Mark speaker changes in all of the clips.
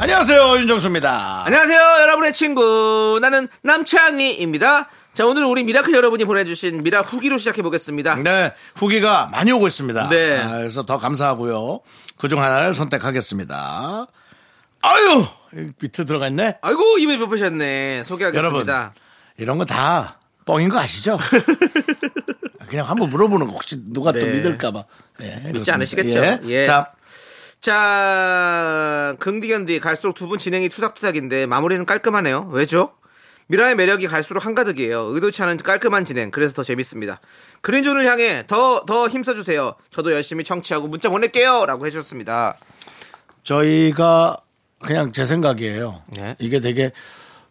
Speaker 1: 안녕하세요 윤정수입니다.
Speaker 2: 안녕하세요, 여러분의 친구. 나는 남창희입니다. 자, 오늘 우리 미라클 여러분이 보내주신 미라 후기로 시작해보겠습니다.
Speaker 1: 네 후기가 많이 오고 있습니다.
Speaker 2: 네.
Speaker 1: 아, 그래서 더 감사하고요. 그중 하나를 선택하겠습니다. 아유 이 비트 들어갔네.
Speaker 2: 아이고, 입에 베푸셨네. 소개하겠습니다.
Speaker 1: 이런 거 다 뻥인 거 아시죠? 그냥 한번 물어보는 거 혹시 누가 또
Speaker 2: 네.
Speaker 1: 믿을까봐. 예, 그렇습니다.
Speaker 2: 않으시겠죠?
Speaker 1: 예.
Speaker 2: 예.
Speaker 1: 자
Speaker 2: 자, 긍디견디 갈수록 두 분 진행이 투닥투닥인데 마무리는 깔끔하네요. 왜죠? 미라의 매력이 갈수록 한가득이에요. 의도치 않은 깔끔한 진행. 그래서 더 재밌습니다. 그린존을 향해 더, 더 힘써주세요. 저도 열심히 청취하고 문자 보낼게요. 라고 해주셨습니다.
Speaker 1: 저희가 그냥 제 생각이에요.
Speaker 2: 네.
Speaker 1: 이게 되게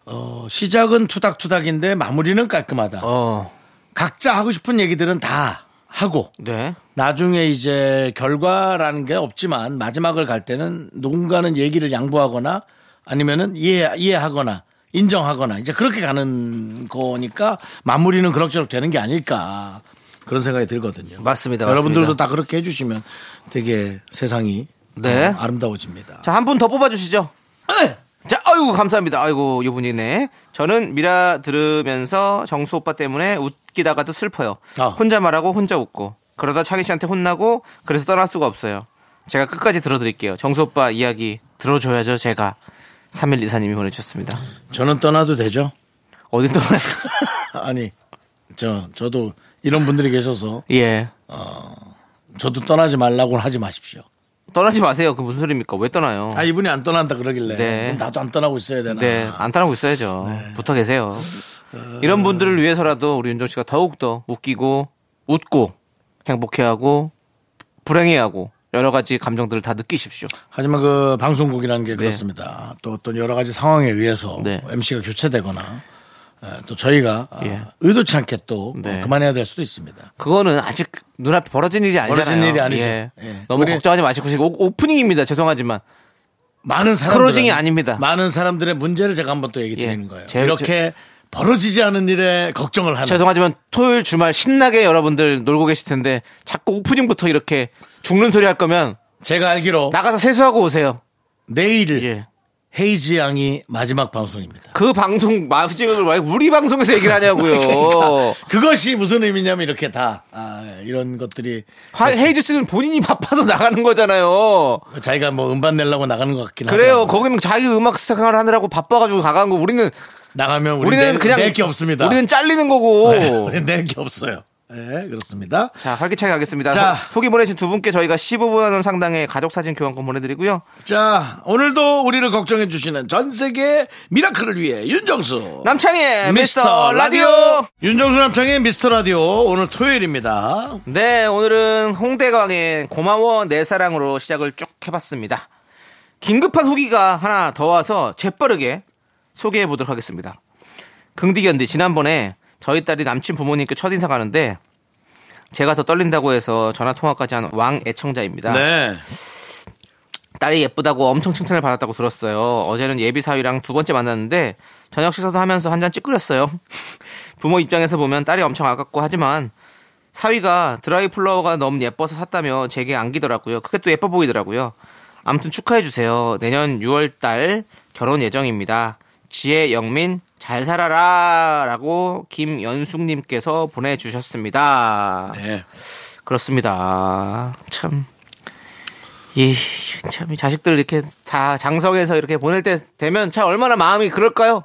Speaker 1: 어, 시작은 투닥투닥인데 마무리는 깔끔하다.
Speaker 2: 어,
Speaker 1: 각자 하고 싶은 얘기들은 다 하고
Speaker 2: 네.
Speaker 1: 나중에 이제 결과라는 게 없지만 마지막을 갈 때는 누군가는 얘기를 양보하거나 아니면은 이해 이해하거나 인정하거나 이제 그렇게 가는 거니까 마무리는 그럭저럭 되는 게 아닐까 그런 생각이 들거든요.
Speaker 2: 맞습니다,
Speaker 1: 여러분들도
Speaker 2: 맞습니다.
Speaker 1: 다 그렇게 해주시면 되게 세상이
Speaker 2: 네.
Speaker 1: 어, 아름다워집니다.
Speaker 2: 자, 한 분 더 뽑아주시죠.
Speaker 1: 네.
Speaker 2: 자, 아이고, 감사합니다. 아이고, 요분이네. 저는 미라 들으면서 정수 오빠 때문에 웃기다가도 슬퍼요.
Speaker 1: 아.
Speaker 2: 혼자 말하고 혼자 웃고. 그러다 창희 씨한테 혼나고, 그래서 떠날 수가 없어요. 제가 끝까지 들어드릴게요. 정수 오빠 이야기 들어줘야죠, 제가. 3일 이사님이 보내주셨습니다.
Speaker 1: 저는 떠나도 되죠?
Speaker 2: 어디 떠나요?
Speaker 1: 아니 저 저도 이런 분들이 계셔서
Speaker 2: 예.
Speaker 1: 저도 떠나지 말라고 하지 마십시오.
Speaker 2: 떠나지 마세요. 그 무슨 소리입니까? 왜 떠나요?
Speaker 1: 아 이분이 안 떠난다 그러길래
Speaker 2: 네.
Speaker 1: 그럼 나도 안 떠나고 있어야 되나?
Speaker 2: 네, 안 떠나고 있어야죠.
Speaker 1: 네.
Speaker 2: 붙어 계세요.
Speaker 1: 어.
Speaker 2: 이런 분들을 위해서라도 우리 윤정 씨가 더욱더 웃기고 웃고 행복해하고 불행해하고 여러 가지 감정들을 다 느끼십시오.
Speaker 1: 하지만 그 방송국이라는 게 그렇습니다. 또 어떤 여러 가지 상황에 의해서
Speaker 2: 네.
Speaker 1: MC가 교체되거나 에, 또 저희가 아,
Speaker 2: 예.
Speaker 1: 의도치 않게 또
Speaker 2: 네.
Speaker 1: 어, 그만해야 될 수도 있습니다.
Speaker 2: 그거는 아직 눈앞에 벌어진 일이 아니잖아요.
Speaker 1: 벌어진 일이 아니죠.
Speaker 2: 예.
Speaker 1: 예.
Speaker 2: 너무
Speaker 1: 우리-
Speaker 2: 걱정하지 마시고 지금 오- 오프닝입니다. 죄송하지만
Speaker 1: 많은 사람들
Speaker 2: 크로징이 아닙니다.
Speaker 1: 많은 사람들의 문제를 제가 한번 또 얘기
Speaker 2: 예.
Speaker 1: 드리는 거예요.
Speaker 2: 제-
Speaker 1: 이렇게 벌어지지 않은 일에 걱정을 하는
Speaker 2: 죄송하지만 토요일 주말 신나게 여러분들 놀고 계실 텐데 자꾸 오프닝부터 이렇게 죽는 소리 할 거면
Speaker 1: 제가 알기로
Speaker 2: 나가서 세수하고 오세요.
Speaker 1: 내일
Speaker 2: 예.
Speaker 1: 헤이지 양이 마지막 방송입니다.
Speaker 2: 그 방송 마스징을 왜 우리 방송에서 얘기를 하냐고요.
Speaker 1: 그러니까 그것이 무슨 의미냐면 이렇게 다 아, 이런 것들이
Speaker 2: 화-
Speaker 1: 그렇죠.
Speaker 2: 헤이즈 씨는 본인이 바빠서 나가는 거잖아요.
Speaker 1: 자기가 뭐 음반 내려고 나가는 것 같긴
Speaker 2: 그래요.
Speaker 1: 하더라고요.
Speaker 2: 거기는 자기 음악 생활 하느라고 바빠가지고 나간 거. 우리는
Speaker 1: 나가면 우리
Speaker 2: 우리는
Speaker 1: 는
Speaker 2: 그냥
Speaker 1: 그냥 낼 게 없습니다.
Speaker 2: 우리는 잘리는 거고.
Speaker 1: 네, 우리 낼게 없어요. 예, 그렇습니다.
Speaker 2: 자 활기차게 가겠습니다.
Speaker 1: 자.
Speaker 2: 후- 후기 보내신 두 분께 저희가 15만 원 상당의 가족 사진 교환권 보내드리고요.
Speaker 1: 자, 오늘도 우리를 걱정해 주시는 전 세계 미라클을 위해 윤정수
Speaker 2: 남창희의 네, 미스터 라디오.
Speaker 1: 윤정수 남창의 미스터 라디오 오늘 토요일입니다.
Speaker 2: 네, 오늘은 홍대광의 고마워 내 사랑으로 시작을 쭉 해봤습니다. 긴급한 후기가 하나 더 와서 재빠르게 소개해 보도록 하겠습니다. 긍디견디, 지난번에 저희 딸이 남친 부모님께 첫인사 가는데 제가 더 떨린다고 해서 전화통화까지 한 왕 애청자입니다.
Speaker 1: 네.
Speaker 2: 딸이 예쁘다고 엄청 칭찬을 받았다고 들었어요. 어제는 예비 사위랑 두 번째 만났는데 저녁 식사도 하면서 한 잔 찌끄렸어요. 부모 입장에서 보면 딸이 엄청 아깝고 하지만 사위가 드라이 플라워가 너무 예뻐서 샀다며 제게 안기더라고요. 그게 또 예뻐 보이더라고요. 아무튼 축하해 주세요. 내년 6월 달 결혼 예정입니다. 지혜 영민 잘 살아라라고 김연숙님께서 보내주셨습니다.
Speaker 1: 네.
Speaker 2: 그렇습니다. 참. 이, 참, 이 자식들 이렇게 다 장성해서 이렇게 보낼 때 되면 참 얼마나 마음이 그럴까요?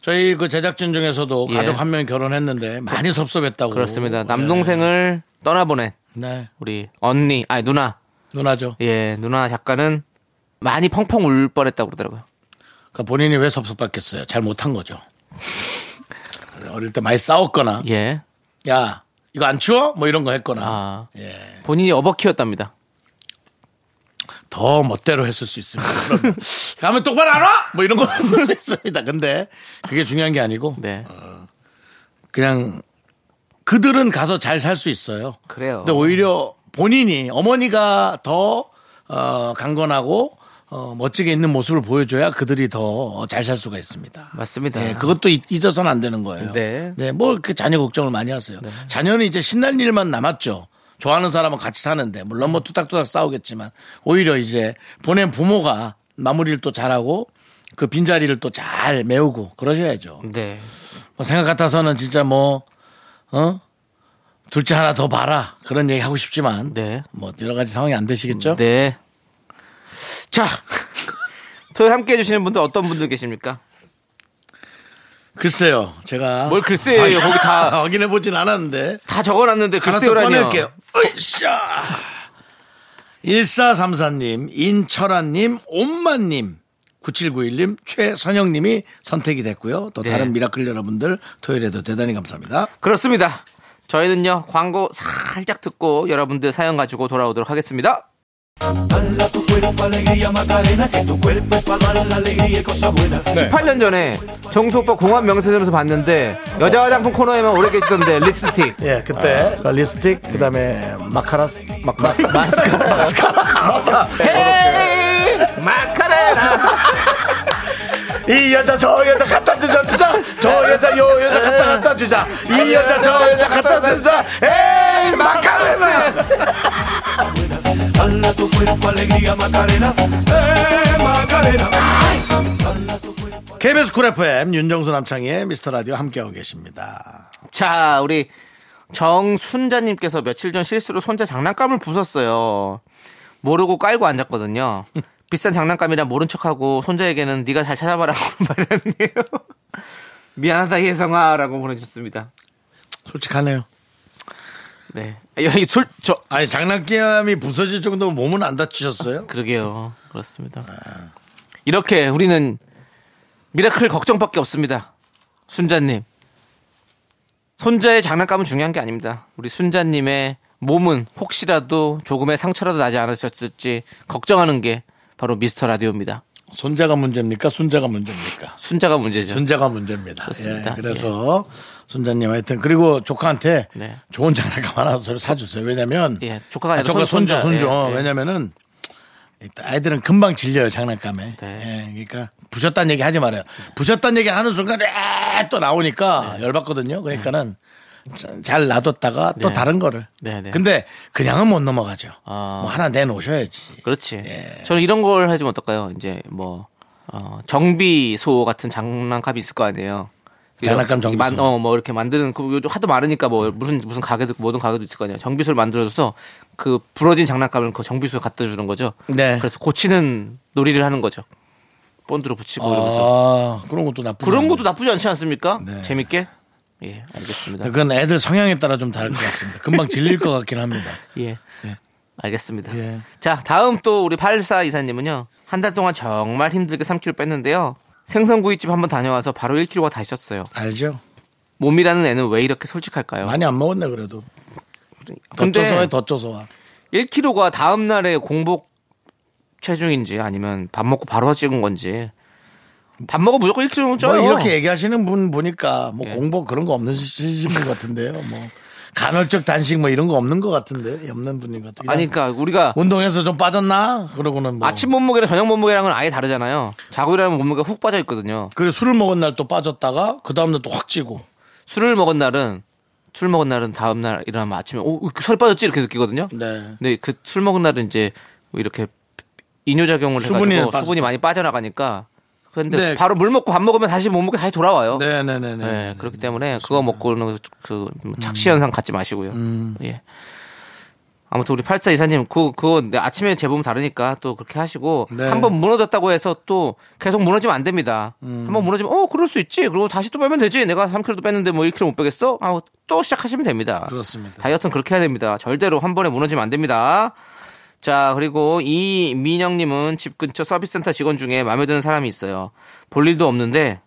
Speaker 1: 저희 그 제작진 중에서도
Speaker 2: 예.
Speaker 1: 가족 한 명이 결혼했는데 많이 섭섭했다고.
Speaker 2: 그렇습니다. 남동생을 떠나보낸
Speaker 1: 네. 네.
Speaker 2: 우리 언니, 아니, 누나.
Speaker 1: 누나죠.
Speaker 2: 예, 누나 작가는 많이 펑펑 울 뻔했다고 그러더라고요.
Speaker 1: 그러니까 본인이 왜 섭섭했겠어요? 잘 못한 거죠. 어릴 때 많이 싸웠거나,
Speaker 2: 예.
Speaker 1: 야, 이거 안 추워? 뭐 이런 거 했거나.
Speaker 2: 아.
Speaker 1: 예.
Speaker 2: 본인이 어버키였답니다.
Speaker 1: 더 멋대로 했을 수 있습니다. 그러면 가면 똑바로 안 와? 뭐 이런 거 할수 있습니다. 근데 그게 중요한 게 아니고
Speaker 2: 네.
Speaker 1: 그냥 그들은 가서 잘 살 수 있어요.
Speaker 2: 그래요.
Speaker 1: 근데 오히려 본인이 어머니가 더 어, 강건하고 어, 멋지게 있는 모습을 보여줘야 그들이 더 잘 살 수가 있습니다.
Speaker 2: 맞습니다.
Speaker 1: 네, 그것도 잊- 잊어서는 안 되는 거예요.
Speaker 2: 네.
Speaker 1: 뭘 그 자녀 걱정을 많이 하세요. 자녀는 이제 신날 일만 남았죠. 좋아하는 사람은 같이 사는데 물론
Speaker 2: 네.
Speaker 1: 뭐 투닥투닥 싸우겠지만 오히려 이제 보낸 부모가 마무리를 또 잘하고 그 빈자리를 또 잘 메우고 그러셔야죠.
Speaker 2: 네.
Speaker 1: 뭐 생각 같아서는 진짜 뭐, 어? 둘째 하나 더 봐라. 그런 얘기 하고 싶지만.
Speaker 2: 네.
Speaker 1: 뭐, 여러 가지 상황이 안 되시겠죠?
Speaker 2: 네. 자. 토요일 함께 해주시는 분들 어떤 분들 계십니까?
Speaker 1: 글쎄요. 제가.
Speaker 2: 뭘 글쎄요. 거기 다,
Speaker 1: 확인해보진 않았는데.
Speaker 2: 다 적어놨는데
Speaker 1: 하나 또
Speaker 2: 글쎄요라니요.
Speaker 1: 꺼낼게요. 으쌰! 1434님, 인철아님, 옴마님, 9791님, 최선영님이 선택이 됐고요. 또
Speaker 2: 네.
Speaker 1: 다른 미라클 여러분들 토요일에도 대단히 감사합니다.
Speaker 2: 그렇습니다. 저희는요, 광고 살짝 듣고 여러분들 사연 가지고 돌아오도록 하겠습니다.
Speaker 3: 네.
Speaker 2: 18년 전에 정수 오빠 공항 명세점에서 봤는데 여자 화장품 코너에만 오래 계시던데 립스틱
Speaker 1: 예, 그때 립스틱, 그 다음에 마카라스, 마카라스.
Speaker 2: 마스카라 마스카라 헤이 마카레나
Speaker 3: 이 여자 저 여자 갖다 주자 주자 저 여자 요 여자 갖다 갖다 주자 이 여자 저 여자 갖다 주자 에이 마카레나
Speaker 1: KBS 쿨 FM 윤정수 남창희의 미스터 라디오 함께하고 계십니다.
Speaker 2: 자 우리 정순자님께서 며칠 전 실수로 손자 장난감을 부쉈어요 모르고 깔고 앉았거든요 비싼 장난감이라 모른 척하고 손자에게는 네가 잘 찾아봐라고 말했네요 미안하다 혜성아라고 보내주셨습니다
Speaker 1: 솔직하네요.
Speaker 2: 네 여기 솔저
Speaker 1: 아니 장난감이 부서질 정도면 몸은 안 다치셨어요?
Speaker 2: 그러게요. 그렇습니다. 이렇게 우리는 미라클 걱정밖에 없습니다. 순자님. 손자의 장난감은 중요한 게 아닙니다. 우리 순자님의 몸은 혹시라도 조금의 상처라도 나지 않으셨을지 걱정하는 게 바로 미스터 라디오입니다.
Speaker 1: 손자가 문제입니까? 순자가 문제입니까?
Speaker 2: 순자가 문제죠.
Speaker 1: 순자가 문제입니다.
Speaker 2: 그렇습니다.
Speaker 1: 예, 그래서 손자님 하여튼 그리고 조카한테
Speaker 2: 네.
Speaker 1: 좋은 장난감 하나 를 사주세요. 왜냐면
Speaker 2: 예, 조카가
Speaker 1: 아,
Speaker 2: 아니라
Speaker 1: 조카
Speaker 2: 손-
Speaker 1: 손자
Speaker 2: 손자.
Speaker 1: 손주
Speaker 2: 예, 예.
Speaker 1: 왜냐면은 일단 아이들은 금방 질려요 장난감에. 예,
Speaker 2: 네.
Speaker 1: 그러니까 부셨다는 얘기 하지 말아요. 부셨다는 얘기 하는 순간 에또 나오니까 열받거든요. 그러니까는 자- 잘 놔뒀다가 또
Speaker 2: 네.
Speaker 1: 다른 거를.
Speaker 2: 네, 네.
Speaker 1: 근데 그냥은 못 넘어가죠.
Speaker 2: 아.
Speaker 1: 뭐 하나 내놓으셔야지.
Speaker 2: 그렇지.
Speaker 1: 예.
Speaker 2: 저는 이런 걸 해주면 어떨까요? 이제 뭐 어, 정비소 같은 장난감이 있을 거 아니에요.
Speaker 1: 장난감 정비소.
Speaker 2: 만- 어, 뭐 이렇게 만드는 그 요즘 하도 많으니까 뭐 무슨 무슨 가게도 모든 가게도 있을 거 아니에요. 정비소를 만들어줘서 그 부러진 장난감을 그 정비소에 갖다 주는 거죠.
Speaker 1: 네.
Speaker 2: 그래서 고치는 놀이를 하는 거죠. 본드로 뭐 붙이고 이러면서
Speaker 1: 아, 그런 것도 나쁘.
Speaker 2: 그런 것도 나쁘지 않지 않습니까?
Speaker 1: 네.
Speaker 2: 재밌게. 예, 알겠습니다.
Speaker 1: 그건 애들 성향에 따라 좀 다를 것 같습니다. 금방 질릴 것 같긴 합니다.
Speaker 2: 예. 알겠습니다.
Speaker 1: 예.
Speaker 2: 자, 다음 또 우리 84 이사님은요. 한 달 동안 정말 힘들게 3kg 뺐는데요. 생선구이집 한번 다녀와서 바로 1kg가 다셨어요
Speaker 1: 알죠?
Speaker 2: 몸이라는 애는 왜 이렇게 솔직할까요?
Speaker 1: 많이 안 먹었네 그래도. 더
Speaker 2: 근데
Speaker 1: 쪄서 해, 더 쪄서 와.
Speaker 2: 1kg가 다음 날에 공복 체중인지 아니면 밥 먹고 바로 찍은 건지 밥 먹어 무조건 1kg는 쪄요.
Speaker 1: 뭐 이렇게 얘기하시는 분 보니까 뭐
Speaker 2: 예.
Speaker 1: 공복 그런 거 없는 시신 분 같은데요. 뭐 간헐적 단식 뭐 이런 거 없는 것 같은데 없는 분인 것 같아요.
Speaker 2: 아니 그러니까 우리가
Speaker 1: 운동해서 좀 빠졌나? 그러고는 뭐
Speaker 2: 아침 몸무게랑 저녁 몸무게랑은 아예 다르잖아요. 자고 일어나면 몸무게가 훅 빠져 있거든요.
Speaker 1: 그래 술을 먹은 날 또 빠졌다가 그 다음 날 또 확 찌고
Speaker 2: 술을 먹은 날은 술 먹은 날은 다음 날 일어나면 아침에 오살 빠졌지 이렇게 느끼거든요.
Speaker 1: 네.
Speaker 2: 근데 그 술 먹은 날은 이제 뭐 이렇게 이뇨작용을
Speaker 1: 수분이
Speaker 2: 해가지고
Speaker 1: 빠져-
Speaker 2: 수분이 많이 빠져나가니까 근데
Speaker 1: 네.
Speaker 2: 바로 물 먹고 밥 먹으면 다시 몸무게 다시 돌아와요. 네.
Speaker 1: 네네네네.
Speaker 2: 그렇기 때문에 그거 먹고는 그 착시 현상 갖지 마시고요. 예. 아무튼 우리 팔사 이사님 그 그거 내 아침에 재보면 다르니까 또 그렇게 하시고
Speaker 1: 네.
Speaker 2: 한 번 무너졌다고 해서 또 계속 무너지면 안 됩니다. 한 번 무너지면 어 그럴 수 있지. 그리고 다시 또 빼면 되지. 내가 3kg도 뺐는데 뭐 1kg 못 빼겠어? 아또 시작하시면 됩니다.
Speaker 1: 그렇습니다.
Speaker 2: 다이어트는 그렇게 해야 됩니다. 절대로 한 번에 무너지면 안 됩니다. 자, 그리고 이 민영님은 집 근처 서비스센터 직원 중에 마음에 드는 사람이 있어요. 볼 일도 없는데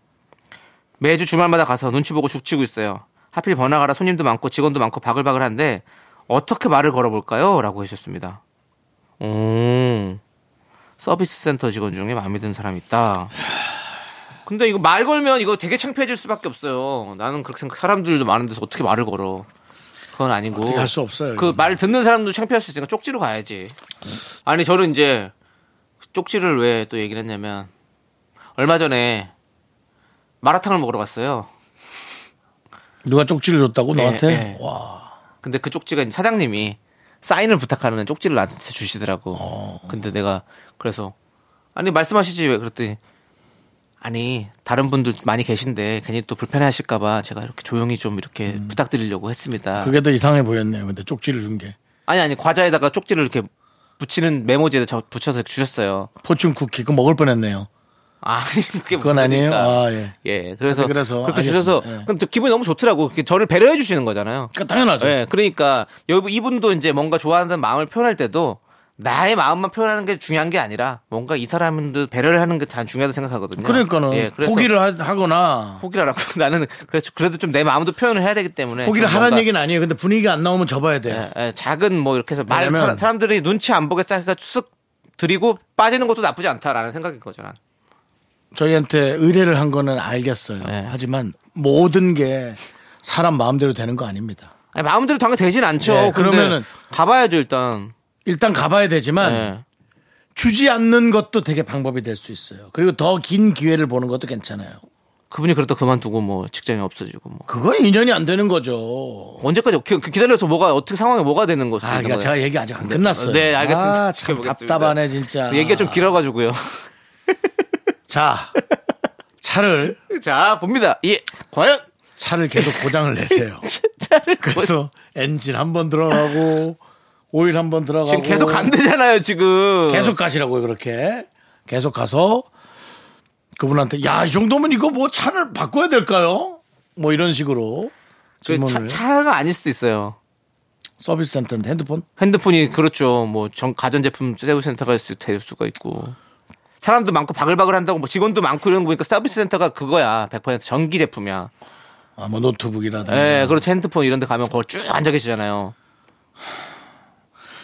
Speaker 2: 매주 주말마다 가서 눈치 보고 죽치고 있어요. 하필 번화가라 손님도 많고 직원도 많고 바글바글한데 어떻게 말을 걸어볼까요? 라고 하셨습니다. 오, 서비스 센터 직원 중에 마음에 든 사람이 있다. 근데 이거 말 걸면 이거 되게 창피해질 수밖에 없어요. 나는 그렇게 생각, 사람들도 많은 데서 어떻게 말을 걸어. 그건 아니고.
Speaker 1: 어떻게 할수 없어요,
Speaker 2: 그 말 듣는 사람도 창피할 수 있으니까 쪽지로 가야지. 아니, 저는 이제 쪽지를 왜 또 얘기를 했냐면, 얼마 전에 마라탕을 먹으러 갔어요.
Speaker 1: 누가 쪽지를 줬다고
Speaker 2: 네,
Speaker 1: 너한테?
Speaker 2: 네.
Speaker 1: 와.
Speaker 2: 근데 그 쪽지가 이제 사장님이 사인을 부탁하는 쪽지를 나한테 주시더라고.
Speaker 1: 어.
Speaker 2: 근데 내가 그래서 아니 말씀하시지 왜 그랬더니 아니 다른 분들 많이 계신데 괜히 또 불편해하실까봐 제가 이렇게 조용히 좀 이렇게 부탁드리려고 했습니다.
Speaker 1: 음. 그게 더 이상해 보였네요. 근데 쪽지를 준 게.
Speaker 2: 아니 아니 과자에다가 쪽지를 이렇게 붙이는 메모지에다 저- 붙여서 주셨어요.
Speaker 1: 포춘 쿠키 그거 먹을 뻔했네요.
Speaker 2: 아니 그게
Speaker 1: 그건
Speaker 2: 무슨
Speaker 1: 아니에요?
Speaker 2: 일입니까?
Speaker 1: 아, 예.
Speaker 2: 예, 그래서
Speaker 1: 하여튼 그래서
Speaker 2: 그렇게
Speaker 1: 알겠습니다.
Speaker 2: 주셔서
Speaker 1: 예.
Speaker 2: 그럼 또 기분이 너무 좋더라고. 그게 저를 배려해 주시는 거잖아요.
Speaker 1: 그러니까 당연하죠.
Speaker 2: 예, 그러니까 여러분 이분도 이제 뭔가 좋아하는 마음을 표현할 때도 나의 마음만 표현하는 게 중요한 게 아니라 뭔가 이 사람도 배려를 하는 게 참 중요하다고 생각하거든요.
Speaker 1: 그러니까는
Speaker 2: 예, 그래서
Speaker 1: 포기를 하- 하거나
Speaker 2: 포기를 하라고 나는 그래서 그래도 좀 내 마음도 표현을 해야 되기 때문에
Speaker 1: 포기를
Speaker 2: 좀
Speaker 1: 하라는
Speaker 2: 예, 뭔가,
Speaker 1: 얘기는 아니에요. 근데 분위기가 안 나오면 접어야 돼.
Speaker 2: 예, 예, 작은 뭐 이렇게 해서 말
Speaker 1: 왜냐면-
Speaker 2: 사람- 사람들이 눈치 안 보게 싹 쓱 드리고 빠지는 것도 나쁘지 않다라는 생각인 거죠. 난.
Speaker 1: 저희한테 의뢰를 한 거는 알겠어요.
Speaker 2: 네.
Speaker 1: 하지만 모든 게 사람 마음대로 되는 거 아닙니다.
Speaker 2: 아니, 마음대로 당연히 되진 않죠.
Speaker 1: 예,
Speaker 2: 근데
Speaker 1: 그러면은- 음.
Speaker 2: 가봐야죠 일단.
Speaker 1: 일단 가봐야 되지만
Speaker 2: 예.
Speaker 1: 주지 않는 것도 되게 방법이 될 수 있어요. 그리고 더 긴 기회를 보는 것도 괜찮아요.
Speaker 2: 그분이 그렇다 그만두고 뭐 직장이 없어지고 뭐
Speaker 1: 그건 인연이 안 되는 거죠.
Speaker 2: 언제까지 기- 기다려서 뭐가 어떻게 상황이 뭐가 되는 거죠?
Speaker 1: 아, 그러니까 제가 얘기 아직 안 끝났어요.
Speaker 2: 네, 알겠습니다.
Speaker 1: 아, 참
Speaker 2: 지켜보겠습니다. 그
Speaker 1: 답답하네 진짜.
Speaker 2: 얘기가 좀 길어가지고요.
Speaker 1: 자, 차를
Speaker 2: 자, 봅니다. 예. 과연
Speaker 1: 차를 계속 고장을 내세요. 그래서 엔진 한 번 들어가고 오일 한 번 들어가고
Speaker 2: 지금 계속 간대잖아요, 지금.
Speaker 1: 계속 가시라고요 그렇게 계속 가서 그분한테 야 이 정도면 이거 뭐 차를 바꿔야 될까요? 뭐 이런 식으로
Speaker 2: 그 차,
Speaker 1: 질문을
Speaker 2: 차가 아닐 수도 있어요.
Speaker 1: 서비스 센터인데 핸드폰
Speaker 2: 핸드폰이 그렇죠. 뭐 전 가전제품 세부센터가 있을 될 수가 있고. 사람도 많고 바글바글 한다고 뭐 직원도 많고 이런 거 보니까 서비스 센터가 그거야. 100% 전기 제품이야.
Speaker 1: 아 뭐 노트북이라든가
Speaker 2: 예, 그렇죠. 핸드폰 이런 데 가면 거기 쭉 앉아 계시잖아요.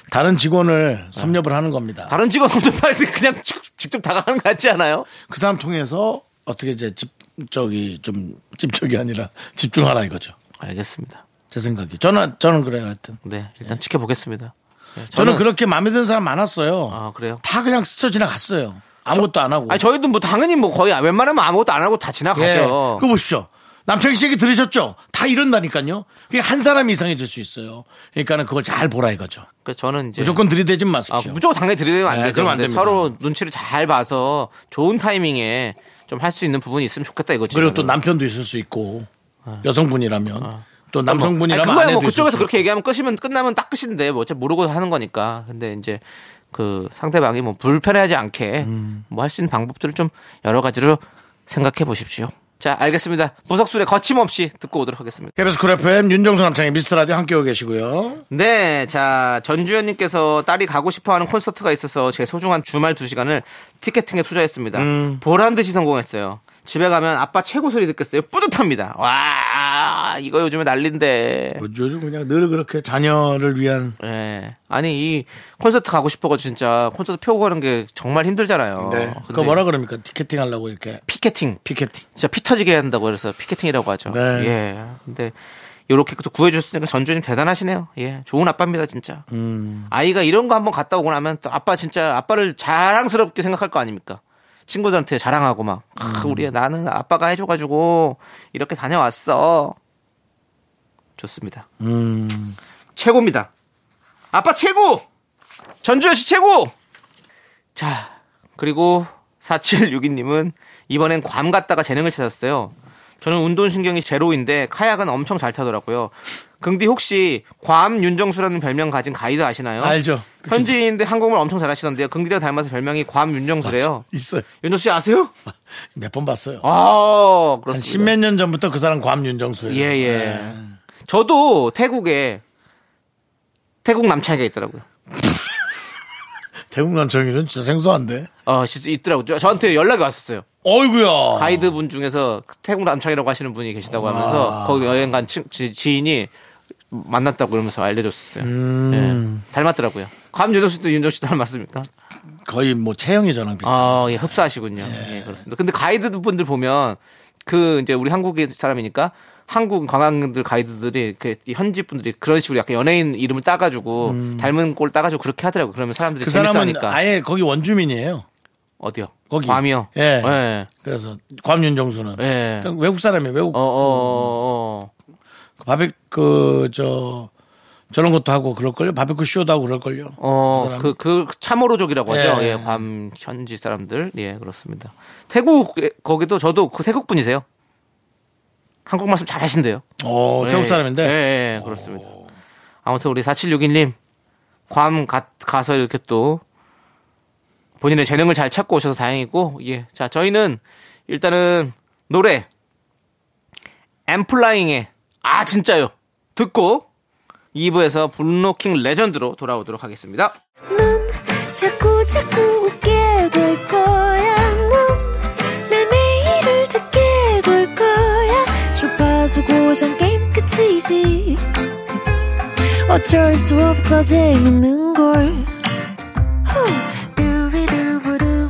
Speaker 1: 다른 직원을 섭렵을 하는 겁니다.
Speaker 2: 네. 다른 직원분도 빨리 그냥 쭉 직접 다가가는 거 같지 않아요?
Speaker 1: 그 사람 통해서 어떻게 이제 집 저기 좀 집적이 아니라 집중하라 이거죠.
Speaker 2: 알겠습니다.
Speaker 1: 제 생각이. 저는 저는 그래요 하여튼.
Speaker 2: 네, 일단 지켜보겠습니다. 예,
Speaker 1: 저는, 그렇게 마음에 드는 사람 많았어요.
Speaker 2: 아, 그래요?
Speaker 1: 다 그냥 스쳐 지나갔어요. 아무것도 안 하고.
Speaker 2: 아니 저희도 뭐 당연히 뭐 거의 웬만하면 아무것도 안 하고 다
Speaker 1: 예.
Speaker 2: 지나가죠.
Speaker 1: 그거 보십시오. 남창희 씨 얘기 들으셨죠? 다 이런다니까요. 그게 한 사람이 이상해질 수 있어요. 그러니까는 그걸 잘 보라 이거죠.
Speaker 2: 그 저는 이제
Speaker 1: 무조건 들이대진
Speaker 2: 아,
Speaker 1: 마십시오.
Speaker 2: 무조건 당연히 들이대면 안
Speaker 1: 네,
Speaker 2: 되죠.
Speaker 1: 그러면 안
Speaker 2: 근데
Speaker 1: 됩니다.
Speaker 2: 서로 눈치를 잘 봐서 좋은 타이밍에 좀 할 수 있는 부분이 있으면 좋겠다 이거지.
Speaker 1: 그리고 또
Speaker 2: 저는.
Speaker 1: 남편도 있을 수 있고 여성분이라면 또 남성분이라면
Speaker 2: 아니, 아. 그거야
Speaker 1: 아내도
Speaker 2: 뭐
Speaker 1: 있을
Speaker 2: 그쪽에서
Speaker 1: 수
Speaker 2: 그렇게
Speaker 1: 있고.
Speaker 2: 얘기하면 끝이면 끝나면 딱 끝인데 뭐 어차피 모르고 하는 거니까. 근데 이제 그 상대방이 뭐 불편해하지 않게
Speaker 1: 음.
Speaker 2: 뭐 할 수 있는 방법들을 좀 여러 가지로 생각해 보십시오. 자, 알겠습니다. 보석술에 거침없이 듣고 오도록 하겠습니다.
Speaker 1: KBS 쿨 FM 윤정수 남창희 미스터라디오 함께하고 계시고요.
Speaker 2: 네, 자 전주현님께서 딸이 가고 싶어하는 콘서트가 있어서 제 소중한 주말 두 시간을 티켓팅에 투자했습니다.
Speaker 1: 음.
Speaker 2: 보란 듯이 성공했어요. 집에 가면 아빠 최고 소리 듣겠어요. 뿌듯합니다. 와, 이거 요즘에 난린데.
Speaker 1: 요즘 그냥 늘 그렇게 자녀를 위한
Speaker 2: 예. 아니 이 콘서트 가고 싶어가 진짜 콘서트 표 구하는 게 정말 힘들잖아요.
Speaker 1: 네.
Speaker 2: 어, 근데
Speaker 1: 그거 뭐라 그럽니까? 티켓팅 하려고 이렇게
Speaker 2: 피켓팅.
Speaker 1: 피켓팅.
Speaker 2: 진짜 피 터지게 한다고 그래서 피켓팅이라고 하죠.
Speaker 1: 네.
Speaker 2: 예. 근데 요렇게 또 구해주셨으니까 전주님 대단하시네요. 예. 좋은 아빠입니다, 진짜. 아이가 이런 거 한번 갔다 오고 나면 또 아빠 진짜 아빠를 자랑스럽게 생각할 거 아닙니까? 친구들한테 자랑하고 막, 아, 우리 나는 아빠가 해줘가지고 이렇게 다녀왔어. 좋습니다.
Speaker 1: 음,
Speaker 2: 최고입니다. 아빠 최고! 전주현 씨 최고! 자, 그리고 4762님은 이번엔 괌 갔다가 재능을 찾았어요. 저는 운동신경이 제로인데 카약은 엄청 잘 타더라고요. 긍디 혹시 괌 윤정수라는 별명 가진 가이드 아시나요?
Speaker 1: 알죠.
Speaker 2: 현지인인데 한국말 엄청 잘하시던데요. 긍디랑 닮아서 별명이 괌 윤정수래요.
Speaker 1: 있어요.
Speaker 2: 윤정수 씨 아세요?
Speaker 1: 몇 번 봤어요.
Speaker 2: 아,
Speaker 1: 한
Speaker 2: 그렇습니다.
Speaker 1: 십몇 년 전부터 그 사람 괌 윤정수예요. 네.
Speaker 2: 예, 예. 저도 태국에 태국 남창이가 있더라고요.
Speaker 1: 태국 남청이는 진짜 생소한데.
Speaker 2: 어, 진짜 있더라고요. 저- 저한테 연락이 왔었어요.
Speaker 1: 어이구야.
Speaker 2: 가이드 분 중에서 태국 남창이라고 하시는 분이 계시다고 하면서
Speaker 1: 아.
Speaker 2: 거기 여행
Speaker 1: 음.
Speaker 2: 간 친- 지, 지인이 만났다고 그러면서 알려줬었어요. 예, 닮았더라고요. 괌 윤정 씨도 윤정 씨 닮았습니까?
Speaker 1: 거의 뭐 채영이 저랑 비슷해.
Speaker 2: 아, 예, 흡사하시군요. 예. 그렇습니다. 근데 가이드 분들 보면 그 이제 우리 한국의 사람이니까 한국 관광객들 가이드들이 이렇게 이 현지 분들이 그런 식으로 약간 연예인 이름을 따가지고 닮은 꼴 따가지고 그렇게 하더라고. 요 그러면 사람들이
Speaker 1: 음. 그 사람은
Speaker 2: 재밌어하니까
Speaker 1: 아예 거기 원주민이에요.
Speaker 2: 어디요?
Speaker 1: 거기.
Speaker 2: 괌이요.
Speaker 1: 예.
Speaker 2: 예.
Speaker 1: 그래서 괌 윤정수는
Speaker 2: 예.
Speaker 1: 그냥 외국 사람이에요. 외국
Speaker 2: 어, 어, 어,
Speaker 1: 바베 그저 저런 것도 하고 그럴걸요. 바베큐 쇼도 하고 그럴걸요.
Speaker 2: 어, 어,
Speaker 1: 그 사람.
Speaker 2: 그, 그, 참호로족이라고 하죠.
Speaker 1: 예.
Speaker 2: 예, 괌 현지 사람들. 예, 그렇습니다. 태국, 에, 거기도 저도 그 태국 분이세요. 한국 말씀 잘 하신대요.
Speaker 1: 어, 태국 사람인데.
Speaker 2: 예, 예, 예, 그렇습니다. 아무튼 우리 4761님, 괌 가, 가서 이렇게 또 본인의 재능을 잘 찾고 오셔서 다행이고, 예. 자, 저희는 일단은 노래, 엠플라잉의 아, 진짜요. 듣고 2부에서 블로킹 레전드로 돌아오도록 하겠습니다.
Speaker 4: 넌 자꾸 자꾸 웃게 될 거야. 넌내 매일을 듣게 될 거야. 주파수 고정 게임 끝이지. 어쩔 수 없어 재밌는 걸. 후. 두비두부두.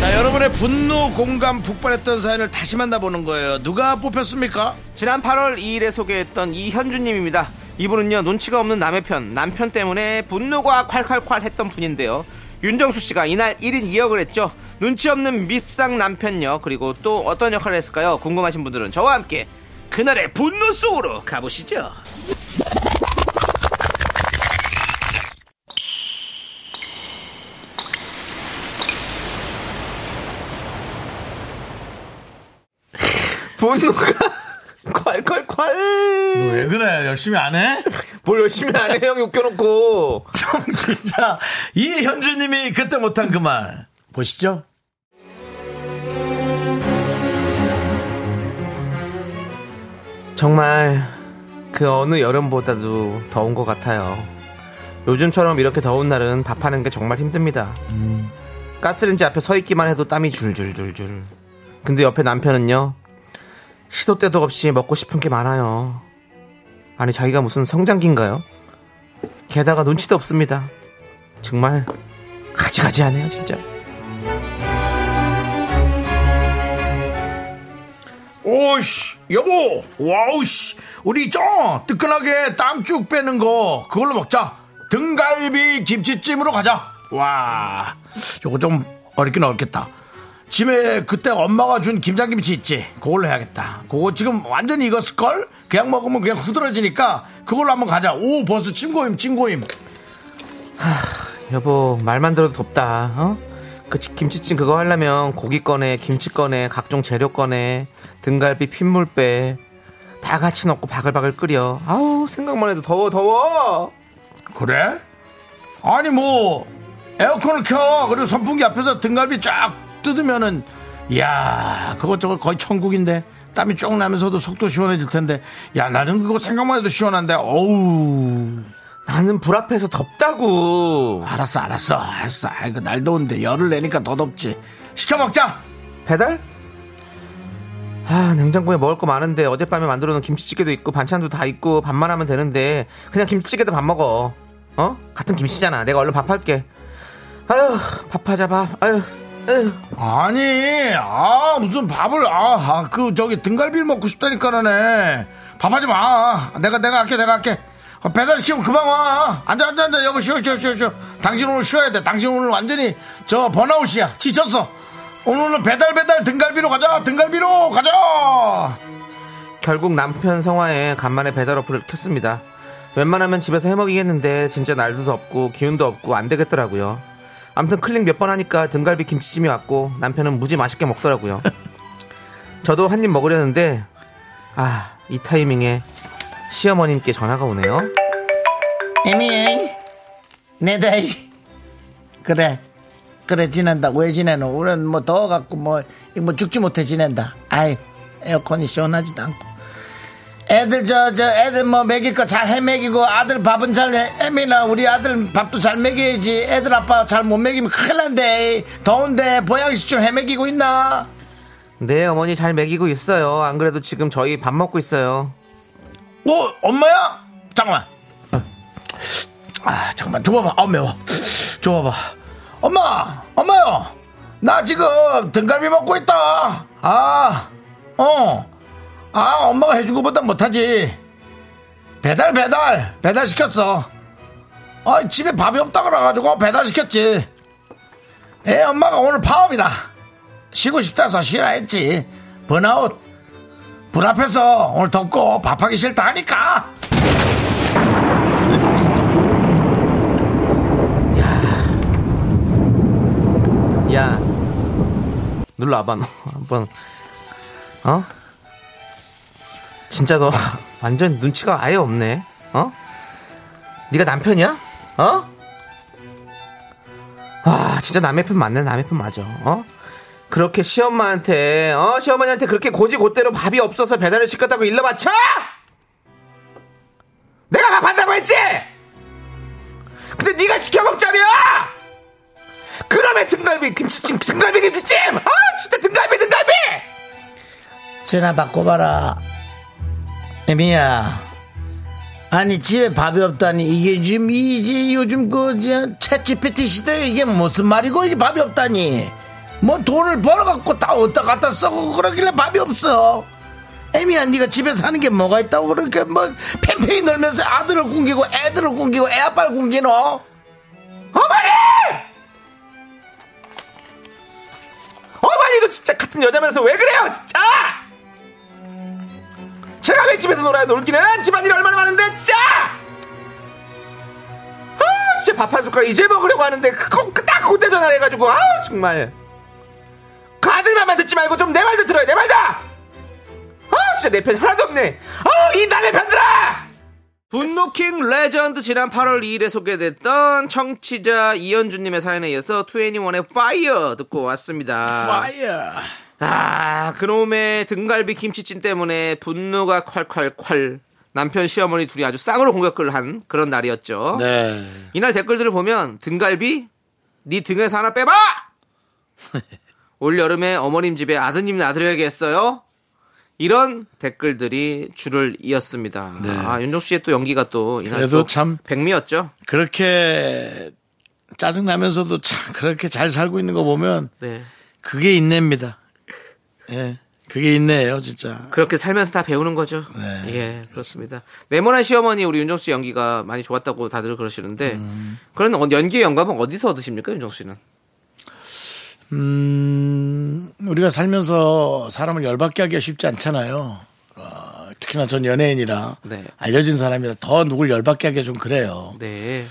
Speaker 1: 자, 여러분의 분노 공감 폭발했던 사연을 다시 만나보는 거예요. 누가 뽑혔습니까?
Speaker 2: 지난 8월 2일에 소개했던 이현주님입니다. 이분은요 눈치가 없는 남의 편 남편 때문에 분노가 콸콸콸 했던 분인데요. 윤정수 씨가 이날 1인 2역을 했죠. 눈치 없는 밉상 남편요. 그리고 또 어떤 역할을 했을까요? 궁금하신 분들은 저와 함께 그날의 분노 속으로 가보시죠. 분노가 콸콸콸.
Speaker 1: 왜 그래? 열심히 안 해?
Speaker 2: 뭘 열심히 안 해 형이 웃겨놓고.
Speaker 1: 진짜 이현주님이 그때 못한 그 말 보시죠.
Speaker 2: 정말 그 어느 여름보다도 더운 것 같아요. 요즘처럼 이렇게 더운 날은 밥하는 게 정말 힘듭니다. 가스레인지 앞에 서 있기만 해도 땀이 줄줄줄줄. 근데 옆에 남편은요, 시도 때도 없이 먹고 싶은 게 많아요. 아니, 자기가 무슨 성장기인가요? 게다가 눈치도 없습니다. 정말 가지가지하네요, 진짜.
Speaker 1: 오씨 여보 와우씨 우리 저 뜨끈하게 땀 쭉 빼는 거 그걸로 먹자 등갈비 김치찜으로 가자 와 요거 좀 어렵긴 어렵겠다 집에 그때 엄마가 준 김장김치 있지 그걸로 해야겠다 그거 지금 완전히 익었을걸 그냥 먹으면 그냥 후들어지니까 그걸로 한번 가자 오 벌써 찜고임 찜고임
Speaker 2: 여보 말만 들어도 덥다 어? 그 치- 김치찜 그거 하려면 고기 꺼내 김치 꺼내 각종 재료 꺼내 등갈비 핏물 빼다 같이 넣고 바글바글 끓여 아우 생각만 해도 더워 더워
Speaker 1: 그래? 아니 뭐 에어컨을 켜 그리고 선풍기 앞에서 등갈비 쫙 뜯으면은 이야 그것저것 거의 천국인데 땀이 쭉 나면서도 속도 시원해질 텐데 야 나는 그거 생각만 해도 시원한데 어우
Speaker 2: 나는 불 앞에서 덥다고
Speaker 1: 알았어 알았어 알았어 아이고 날 더운데 열을 내니까 더 덥지 시켜 먹자
Speaker 2: 배달? 아 냉장고에 먹을 거 많은데 어젯밤에 만들어놓은 김치찌개도 있고 반찬도 다 있고 밥만 하면 되는데 그냥 김치찌개도 밥 먹어 어? 같은 김치잖아 내가 얼른 밥할게 아휴 밥하자 밥 아휴 아휴
Speaker 1: 아니 아 무슨 밥을 아 그 저기 등갈비 먹고 싶다니까 그러네 밥하지 마 내가 내가 할게 내가 할게 어, 배달 시키면 그만 와 앉아 앉아 앉아 여보 쉬어 쉬어 쉬어 쉬어 당신 오늘 쉬어야 돼 당신 오늘 완전히 저 번아웃이야 지쳤어 오늘은 배달 배달 등갈비로 가자 등갈비로 가자
Speaker 2: 결국 남편 성화에 간만에 배달 어플을 켰습니다. 웬만하면 집에서 해먹이겠는데 진짜 날도 덥고 기운도 없고 안 되겠더라고요. 아무튼 클릭 몇 번 하니까 등갈비 김치찜이 왔고 남편은 무지 맛있게 먹더라고요. 저도 한 입 먹으려는데 아 이 타이밍에 시어머님께 전화가 오네요.
Speaker 1: 에미엥 내 나이 그래
Speaker 5: 그래 지낸다 왜 지내노 우리는 뭐 더워갖고 뭐, 이거 뭐 죽지 못해 지낸다 아이 에어컨이 시원하지도 않고 애들 저 저 애들 뭐 먹일 거 잘 해먹이고 아들 밥은 잘 해- 해미나 우리 아들 밥도 잘 먹여야지 애들 아빠 잘 못 먹이면 큰일 난대 더운데 보양식 좀 해먹이고 있나
Speaker 2: 네, 어머니 잘 먹이고 있어요. 안 그래도 지금 저희 밥 먹고 있어요.
Speaker 5: 뭐 엄마야? 잠깐만. 아 잠깐만 줘봐봐. 아 매워. 줘봐봐. 엄마, 엄마요. 나 지금 등갈비 먹고 있다. 아, 어. 아 엄마가 해준 것보다 못하지. 배달 배달 배달 시켰어. 아 집에 밥이 없다 그래가지고 배달 시켰지. 애 엄마가 오늘 파업이다. 쉬고 싶다서 쉬라 했지. 번아웃. 불 앞에서 오늘 덥고 밥하기 싫다 하니까
Speaker 2: 야, 놀러 와봐, 너. 한번. 어? 진짜 너 완전 눈치가 아예 없네. 어? 네가 남편이야? 어? 아, 진짜 남의 편 맞네. 남의 편 맞아. 어? 그렇게 시엄마한테, 어? 시어머니한테 그렇게 고지고대로 밥이 없어서 배달을 시켰다고 일러 바쳐! 내가 밥한다고 했지! 근데 네가 시켜 먹자며! 그놈의 등갈비 김치찜 등갈비 김치찜 아 진짜 등갈비 등갈비
Speaker 5: 전화 바꿔봐라 애미야 아니 집에 밥이 없다니 이게 지금 이제 요즘 그 챗GPT 시대에 이게 무슨 말이고 이게 밥이 없다니 뭐 돈을 벌어갖고 다 어디다 갖다 써고 그러길래 밥이 없어 애미야 네가 집에 사는 게 뭐가 있다고 그렇게 뭐 팽팽히 놀면서 아들을 굶기고 애들을 굶기고 애 아빠를 굶기노
Speaker 2: 어머니 어머니도 진짜 같은 여자면서 왜 그래요 진짜 제가 왜 집에서 놀아요 놀기는 집안일이 얼마나 많은데 진짜 아 진짜 밥 한 숟가락 이제 먹으려고 하는데 그딱 그때 전화를 해가지고 아우 정말 그 아들 말만 듣지 말고 좀 내 말도 들어요 내 말도 아 진짜 내 편 하나도 없네 어, 아이 남의 편들아 분노킹 레전드 지난 8월 2일에 소개됐던 청취자 이현주님의 사연에 이어서 2NE1의 파이어 듣고 왔습니다. 파이어. 아, 그놈의 등갈비 김치찜 때문에 분노가 콸콸콸. 남편 시어머니 둘이 아주 쌍으로 공격을 한 그런 날이었죠.
Speaker 1: 네.
Speaker 2: 이날 댓글들을 보면 등갈비 네 등에서 하나 빼봐 올 여름에 어머님 집에 아드님 놔드려야겠어요 이런 댓글들이 줄을 이었습니다 아 윤종 씨의 또 연기가 또 이날
Speaker 1: 네. 그래도
Speaker 2: 또
Speaker 1: 참.
Speaker 2: 백미였죠
Speaker 1: 그렇게 짜증나면서도 참 그렇게 잘 살고 있는 거 보면
Speaker 2: 네
Speaker 1: 그게 인내입니다. 예. 그게 인내예요, 진짜.
Speaker 2: 그렇게 살면서 다 배우는 거죠
Speaker 1: 네.
Speaker 2: 예 그렇습니다 네모난 시어머니 우리 윤종 씨 연기가 많이 좋았다고 다들 그러시는데 그런 어- 연기의 영감은 어디서 얻으십니까 윤종 씨는
Speaker 1: 음, 우리가 살면서 사람을 열받게 하기가 쉽지 않잖아요. 어, 특히나 전 연예인이라
Speaker 2: 네.
Speaker 1: 알려진 사람이라 더 누굴 열받게 하기가 좀 그래요.
Speaker 2: 네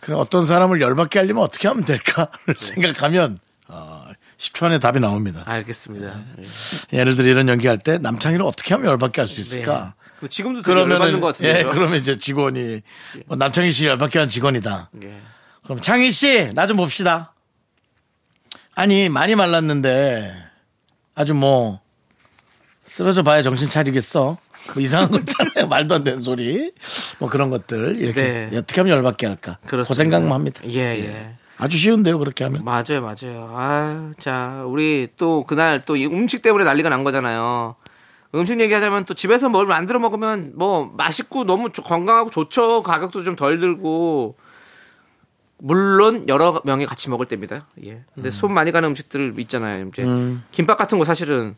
Speaker 1: 그냥 어떤 사람을 열받게 하려면 어떻게 하면 될까를
Speaker 2: 네.
Speaker 1: 생각하면 어, 10초 안에 답이 나옵니다.
Speaker 2: 알겠습니다 네.
Speaker 1: 예를 들어 이런 연기할 때 남창희를 어떻게 하면 열받게 할 수 있을까?
Speaker 2: 네. 지금도 되게
Speaker 1: 그러니까 그러면은-
Speaker 2: 열받는 것 같은데요
Speaker 1: 예, 그러면 이제 직원이 뭐 남창희 씨 열받게 한 직원이다.
Speaker 2: 예.
Speaker 1: 그럼 창희 씨 나 좀 봅시다. 아니 많이 말랐는데 아주 뭐 쓰러져 봐야 정신 차리겠어. 뭐 이상한 거 있잖아요. 말도 안 되는 소리. 뭐 그런 것들 이렇게
Speaker 2: 네.
Speaker 1: 어떻게 하면 열받게 할까. 그
Speaker 2: 그렇습니다.
Speaker 1: 생각만 합니다.
Speaker 2: 예, 예.
Speaker 1: 아주 쉬운데요 그렇게 하면.
Speaker 2: 맞아요, 맞아요. 아, 자, 우리 또 그날 또 이 음식 때문에 난리가 난 거잖아요. 음식 얘기하자면 또 집에서 뭘 만들어 먹으면 뭐 맛있고 너무 좋- 건강하고 좋죠. 가격도 좀 덜 들고. 물론 여러 명이 같이 먹을 때입니다. 예.
Speaker 1: 음.
Speaker 2: 근데 손 많이 가는 음식들 있잖아요. 이제 김밥 같은 거 사실은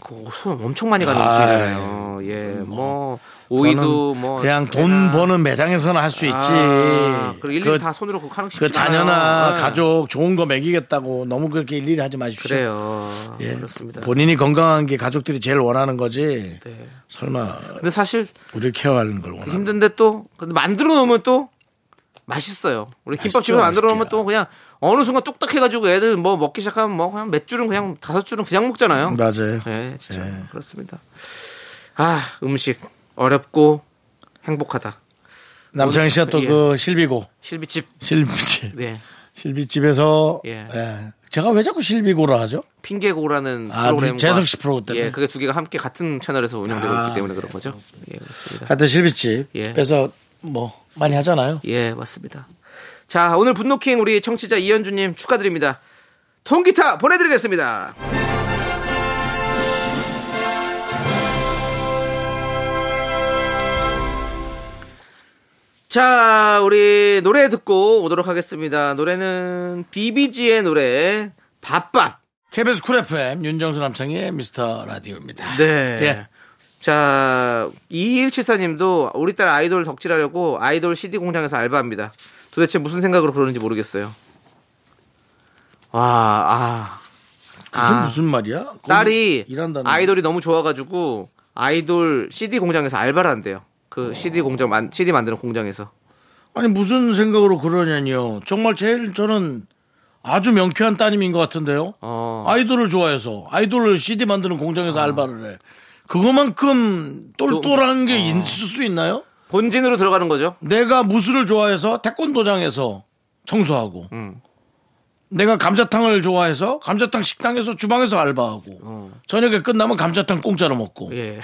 Speaker 2: 그손 엄청 많이 가는 음식이잖아요. 예. 뭐 오이도
Speaker 1: 저는
Speaker 2: 뭐
Speaker 1: 그냥 돈
Speaker 2: 계란.
Speaker 1: 버는 매장에서는 할 수 있지.
Speaker 2: 아, 그리고 일일이
Speaker 1: 그-
Speaker 2: 다 손으로 그거 하는 거
Speaker 1: 그
Speaker 2: 쉽지 않아요.
Speaker 1: 자녀나
Speaker 2: 네.
Speaker 1: 가족 좋은 거 먹이겠다고 너무 그렇게 일일이 하지 마십시오.
Speaker 2: 그래요.
Speaker 1: 예.
Speaker 2: 그렇습니다.
Speaker 1: 본인이 건강한 게 가족들이 제일 원하는 거지.
Speaker 2: 네.
Speaker 1: 설마
Speaker 2: 근데 사실
Speaker 1: 우리를 케어하는 걸 원하는.
Speaker 2: 힘든데 또 근데 만들어 놓으면 또 맛있어요. 우리 김밥 집에 만들어 놓으면
Speaker 1: 맛있죠.
Speaker 2: 또 그냥 어느 순간 뚝딱 해가지고 애들 뭐 먹기 시작하면 뭐 그냥 몇 줄은 그냥 다섯 줄은 그냥 먹잖아요.
Speaker 1: 맞아요.
Speaker 2: 예, 진짜
Speaker 1: 네.
Speaker 2: 그렇습니다. 아 음식 어렵고 행복하다.
Speaker 1: 남창희 씨가
Speaker 2: 예.
Speaker 1: 또 그 실비고
Speaker 2: 실비집
Speaker 1: 실비집
Speaker 2: 네.
Speaker 1: 실비 집에서
Speaker 2: 예.
Speaker 1: 제가 왜 자꾸 실비고라 하죠?
Speaker 2: 핑계고라는
Speaker 1: 아,
Speaker 2: 프로그램과
Speaker 1: 재석 씨 프로그램 때문에.
Speaker 2: 예, 그게 두 개가 함께 같은 채널에서 운영되고
Speaker 1: 아,
Speaker 2: 있기 때문에 그런 거죠. 예, 그렇습니다.
Speaker 1: 하여튼 실비집
Speaker 2: 예.
Speaker 1: 그래서 뭐 많이 하잖아요.
Speaker 2: 예, 맞습니다. 자, 오늘 분노킹 우리 청취자 이현주님 축하드립니다. 통기타 보내드리겠습니다. 자, 우리 노래 듣고 오도록 하겠습니다. 노래는 비비지의 노래, 밥밥.
Speaker 1: KBS 쿨 FM 윤정수 남창의 미스터 라디오입니다.
Speaker 2: 네.
Speaker 1: 예.
Speaker 2: 자, 2174님도 우리 딸 아이돌 덕질하려고 아이돌 CD 공장에서 알바합니다. 도대체 무슨 생각으로 그러는지 모르겠어요. 와, 아.
Speaker 1: 그게 무슨 말이야? 거기서
Speaker 2: 딸이
Speaker 1: 일한다는
Speaker 2: 아이돌이 너무 좋아가지고 아이돌 CD 공장에서 알바를 한대요. 그 CD 공장, 만, CD 만드는 공장에서.
Speaker 1: 거. 아니 무슨 생각으로 그러냐니요. 정말 제일 저는 아주 명쾌한 따님인 것 같은데요.
Speaker 2: 어.
Speaker 1: 아이돌을 좋아해서 아이돌을 CD 만드는 공장에서 알바를 해. 그거만큼 똘똘한
Speaker 2: 어.
Speaker 1: 게 있을 수 있나요?
Speaker 2: 본진으로 들어가는 거죠.
Speaker 1: 내가 무술을 좋아해서 태권도장에서 청소하고
Speaker 2: 음.
Speaker 1: 내가 감자탕을 좋아해서 감자탕 식당에서 주방에서 알바하고 저녁에 끝나면 감자탕 공짜로 먹고
Speaker 2: 어. 예.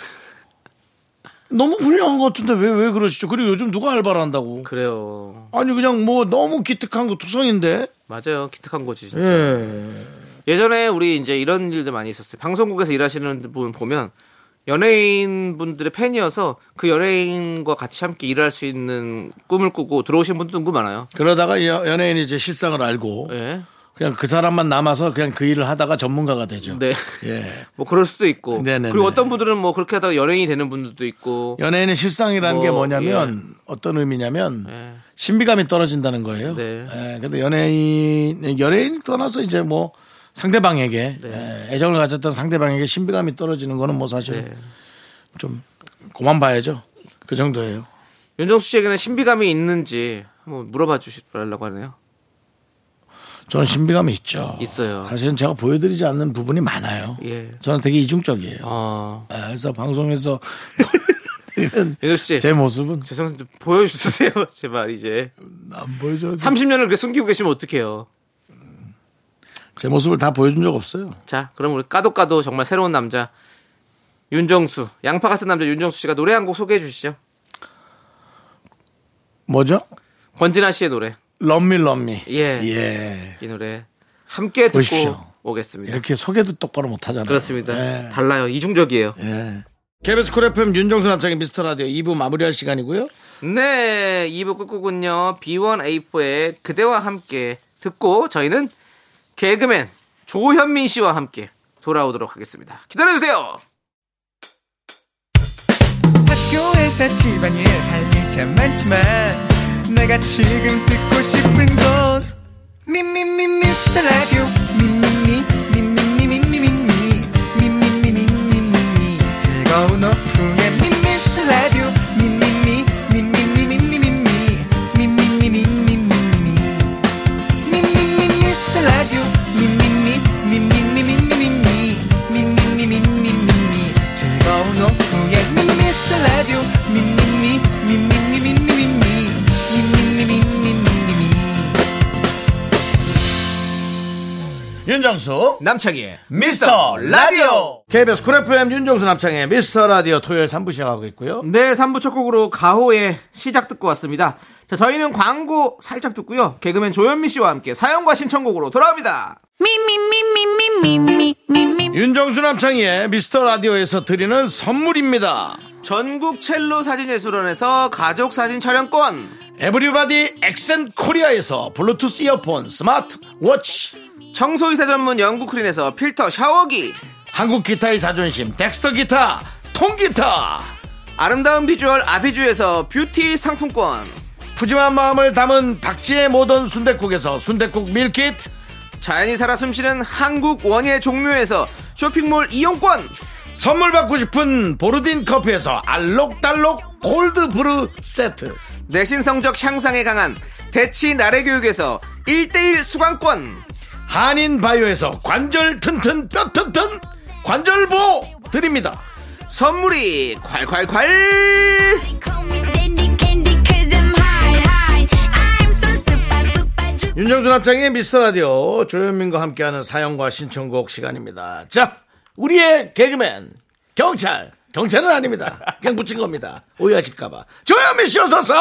Speaker 1: 너무 훌륭한 것 같은데 왜 왜 그러시죠? 그리고 요즘 누가 알바를 한다고?
Speaker 2: 그래요.
Speaker 1: 아니 그냥 뭐 너무 기특한 거 투성인데
Speaker 2: 맞아요. 기특한 거지, 진짜.
Speaker 1: 예.
Speaker 2: 예전에 우리 이제 이런 일도 많이 있었어요. 방송국에서 일하시는 분 보면 연예인 분들의 팬이어서 그 연예인과 같이 함께 일할 수 있는 꿈을 꾸고 들어오신 분도 누구 많아요.
Speaker 1: 그러다가 여- 연예인이 이제 실상을 알고
Speaker 2: 예.
Speaker 1: 그냥 그 사람만 남아서 그냥 그 일을 하다가 전문가가 되죠.
Speaker 2: 네.
Speaker 1: 예.
Speaker 2: 뭐 그럴 수도 있고.
Speaker 1: 네네네.
Speaker 2: 그리고 어떤 분들은 뭐 그렇게 하다가 연예인이 되는 분들도 있고.
Speaker 1: 연예인의 실상이라는
Speaker 2: 뭐,
Speaker 1: 게 뭐냐면 어떤 의미냐면
Speaker 2: 예.
Speaker 1: 신비감이 떨어진다는 거예요.
Speaker 2: 네.
Speaker 1: 예, 근데 연예인 연예인 떠나서 이제 뭐 상대방에게 예, 애정을 가졌던 상대방에게 신비감이 떨어지는 거는 뭐 사실
Speaker 2: 네.
Speaker 1: 좀 고만 봐야죠. 그 정도예요.
Speaker 2: 윤정수 씨에게는 신비감이 있는지 한번 물어봐 주시라고 하네요.
Speaker 1: 저는 신비감이 있죠.
Speaker 2: 있어요.
Speaker 1: 사실은 제가 보여드리지 않는 부분이 많아요.
Speaker 2: 예.
Speaker 1: 저는 되게 이중적이에요.
Speaker 2: 어.
Speaker 1: 예, 그래서 방송에서
Speaker 2: 윤정수 씨.
Speaker 1: 제 모습은
Speaker 2: 죄송한데 보여주세요. 제발 이제.
Speaker 1: 안 보여줘도
Speaker 2: 30년을 그렇게 숨기고 계시면 어떡해요.
Speaker 1: 제 모습을 다 보여준 적 없어요.
Speaker 2: 자, 그럼 우리 까도 까도 정말 새로운 남자 윤정수 양파 같은 남자 윤정수 씨가 노래 한 곡 소개해 주시죠.
Speaker 1: 뭐죠?
Speaker 2: 권진아 씨의 노래
Speaker 1: 럼미 럼미.
Speaker 2: 예.
Speaker 1: 예.
Speaker 2: 이 노래 함께 듣고
Speaker 1: 보십시오.
Speaker 2: 오겠습니다.
Speaker 1: 이렇게 소개도 똑바로 못 하잖아요.
Speaker 2: 그렇습니다.
Speaker 1: 예.
Speaker 2: 달라요. 이중적이에요.
Speaker 1: 예. KBS 쿨 FM 윤정수 남창의 미스터 라디오 2부 마무리할 시간이고요.
Speaker 2: 네, 2부 끝곡은요. B1A4의 그대와 함께 듣고 저희는 개그맨 조현민 씨와 함께 돌아오도록 하겠습니다. 기다려주세요.
Speaker 6: 학교에서 집안일 할 일 참 많지만 내가 지금 듣고 싶은 건 미미미 미스터 라디오 미미미 미미미 미미미 미미미 미미미 즐거운 오후에 미스터 라디오 미미미 미미미 미미미 미미미 미미미
Speaker 1: 윤정수
Speaker 2: 남창희의
Speaker 1: 미스터 라디오. KBS 쿨 FM 윤정수 남창의 미스터 라디오 토요일 3부 시작하고 있고요.
Speaker 2: 네, 3부 첫 곡으로 가호의 시작 듣고 왔습니다. 자, 저희는 광고 살짝 듣고요. 개그맨 조현민 씨와 함께 사연과 신청곡으로 돌아옵니다.
Speaker 1: 윤정수 남창의 미스터 라디오에서 드리는 선물입니다.
Speaker 2: 전국 첼로 사진예술원에서 가족 사진 촬영권,
Speaker 1: 에브리바디 엑센 코리아에서 블루투스 이어폰 스마트 워치.
Speaker 2: 청소이사 전문 영국 크린에서 필터 샤워기,
Speaker 1: 한국 기타의 자존심 덱스터 기타 통기타.
Speaker 2: 아름다운 비주얼 아비주에서 뷰티 상품권,
Speaker 1: 푸짐한 마음을 담은 박지의 모던 순댓국에서순댓국 밀키트.
Speaker 2: 자연이 살아 숨쉬는 한국 원예 종묘에서 쇼핑몰 이용권,
Speaker 1: 선물 받고 싶은 보르딘 커피에서 알록달록 골드브루 세트
Speaker 2: 내신 성적 향상에 강한 대치 나래 교육에서 1대1 수강권,
Speaker 1: 한인바이오에서 관절 튼튼 뼈 튼튼 관절보 드립니다
Speaker 2: 선물이 콸콸콸!
Speaker 4: Call me dandy candy cause I'm high, high. I'm so super duper
Speaker 1: 윤정수 남창의 미스터 라디오 조현민과 함께하는 사연과 신청곡 시간입니다. 자, 우리의 개그맨 경찰 경찰은 아닙니다. 그냥 붙인 겁니다. 오해하실까봐 조현민 씨 어서 서.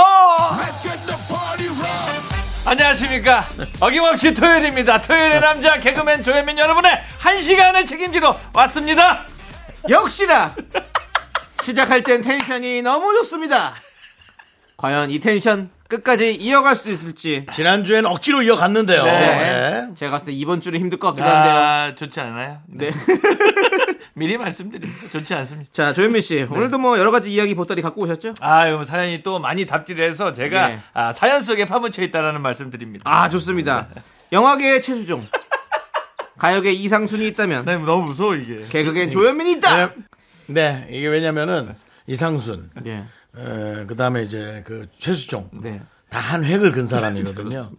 Speaker 7: 안녕하십니까. 어김없이 토요일입니다. 토요일의 남자 개그맨 조현민 여러분의 한 시간을 책임지러 왔습니다.
Speaker 2: 역시나 시작할 땐 텐션이 너무 좋습니다. 과연 이 텐션 끝까지 이어갈 수 있을지
Speaker 1: 지난주엔 억지로 이어갔는데요.
Speaker 2: 네.
Speaker 1: 네.
Speaker 2: 제가 봤을 때 이번 주는 힘들 것 같긴 한데요.
Speaker 7: 아, 좋지 않아요? 네. 미리 말씀드립니다. 좋지 않습니다.
Speaker 2: 자 조현민 씨 오늘도 뭐 여러 가지 이야기 보따리 갖고 오셨죠?
Speaker 7: 아유, 사연이 또 많이 답질해서 제가
Speaker 2: 예.
Speaker 7: 아, 사연 속에 파묻혀 있다라는 말씀 드립니다.
Speaker 2: 아 좋습니다. 영화계의 최수종, 가요계 이상순이 있다면
Speaker 7: 나 너무 무서워, 이게.
Speaker 2: 개그계엔 조현민이 있다.
Speaker 1: 네, 이게 왜냐면은 이상순,
Speaker 2: 예.
Speaker 1: 그 다음에 이제 그 최수종
Speaker 2: 네.
Speaker 1: 다 한 획을 근 사람이거든요.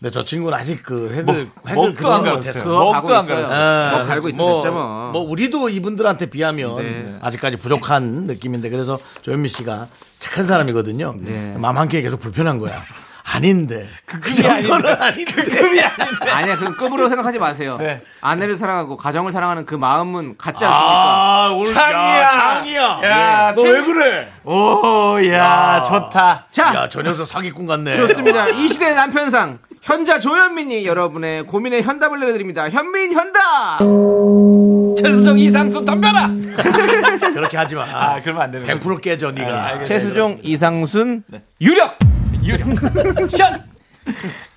Speaker 1: 근데 저 친구는 아직 그 획을
Speaker 2: 뭐,
Speaker 1: 획을
Speaker 7: 먹도 안
Speaker 1: 긋지
Speaker 7: 갈았어요.
Speaker 1: 못했어.
Speaker 7: 먹도
Speaker 2: 가고
Speaker 7: 안
Speaker 2: 있어요.
Speaker 7: 갈았어요.
Speaker 2: 뭐 갈고 있으면
Speaker 1: 뭐,
Speaker 2: 됐죠, 뭐.
Speaker 1: 뭐 우리도 이분들한테 비하면
Speaker 2: 네.
Speaker 1: 아직까지 부족한 느낌인데 그래서 조현미 씨가 착한 사람이거든요.
Speaker 2: 네.
Speaker 1: 마음 한 끼에 계속 불편한 거야. 아닌데. 그 정도는 아닌데.
Speaker 2: 그 아니야, 그 급으로 생각하지 마세요. 아내를 사랑하고 가정을 사랑하는 그 마음은 같지 않습니까?
Speaker 1: 아, 오늘
Speaker 7: 창이야.
Speaker 1: 야, 창이야.
Speaker 7: 야,
Speaker 1: 너 왜 그래?
Speaker 7: 오, 야, 좋다.
Speaker 2: 자,
Speaker 1: 야, 저 녀석 사기꾼 같네.
Speaker 2: 좋습니다. 이 시대의 남편상 현자 조현민이 여러분의 고민에 현답을 내려드립니다. 현민 현답.
Speaker 7: 최수종 이상순 덤벼라!
Speaker 1: 그렇게 하지 마.
Speaker 7: 아, 그러면 안 되는 아, 거죠.
Speaker 1: 100% 깨져 네가.
Speaker 7: 예,
Speaker 2: 최수종 이상순.
Speaker 7: 유력! 네. 유력! 션!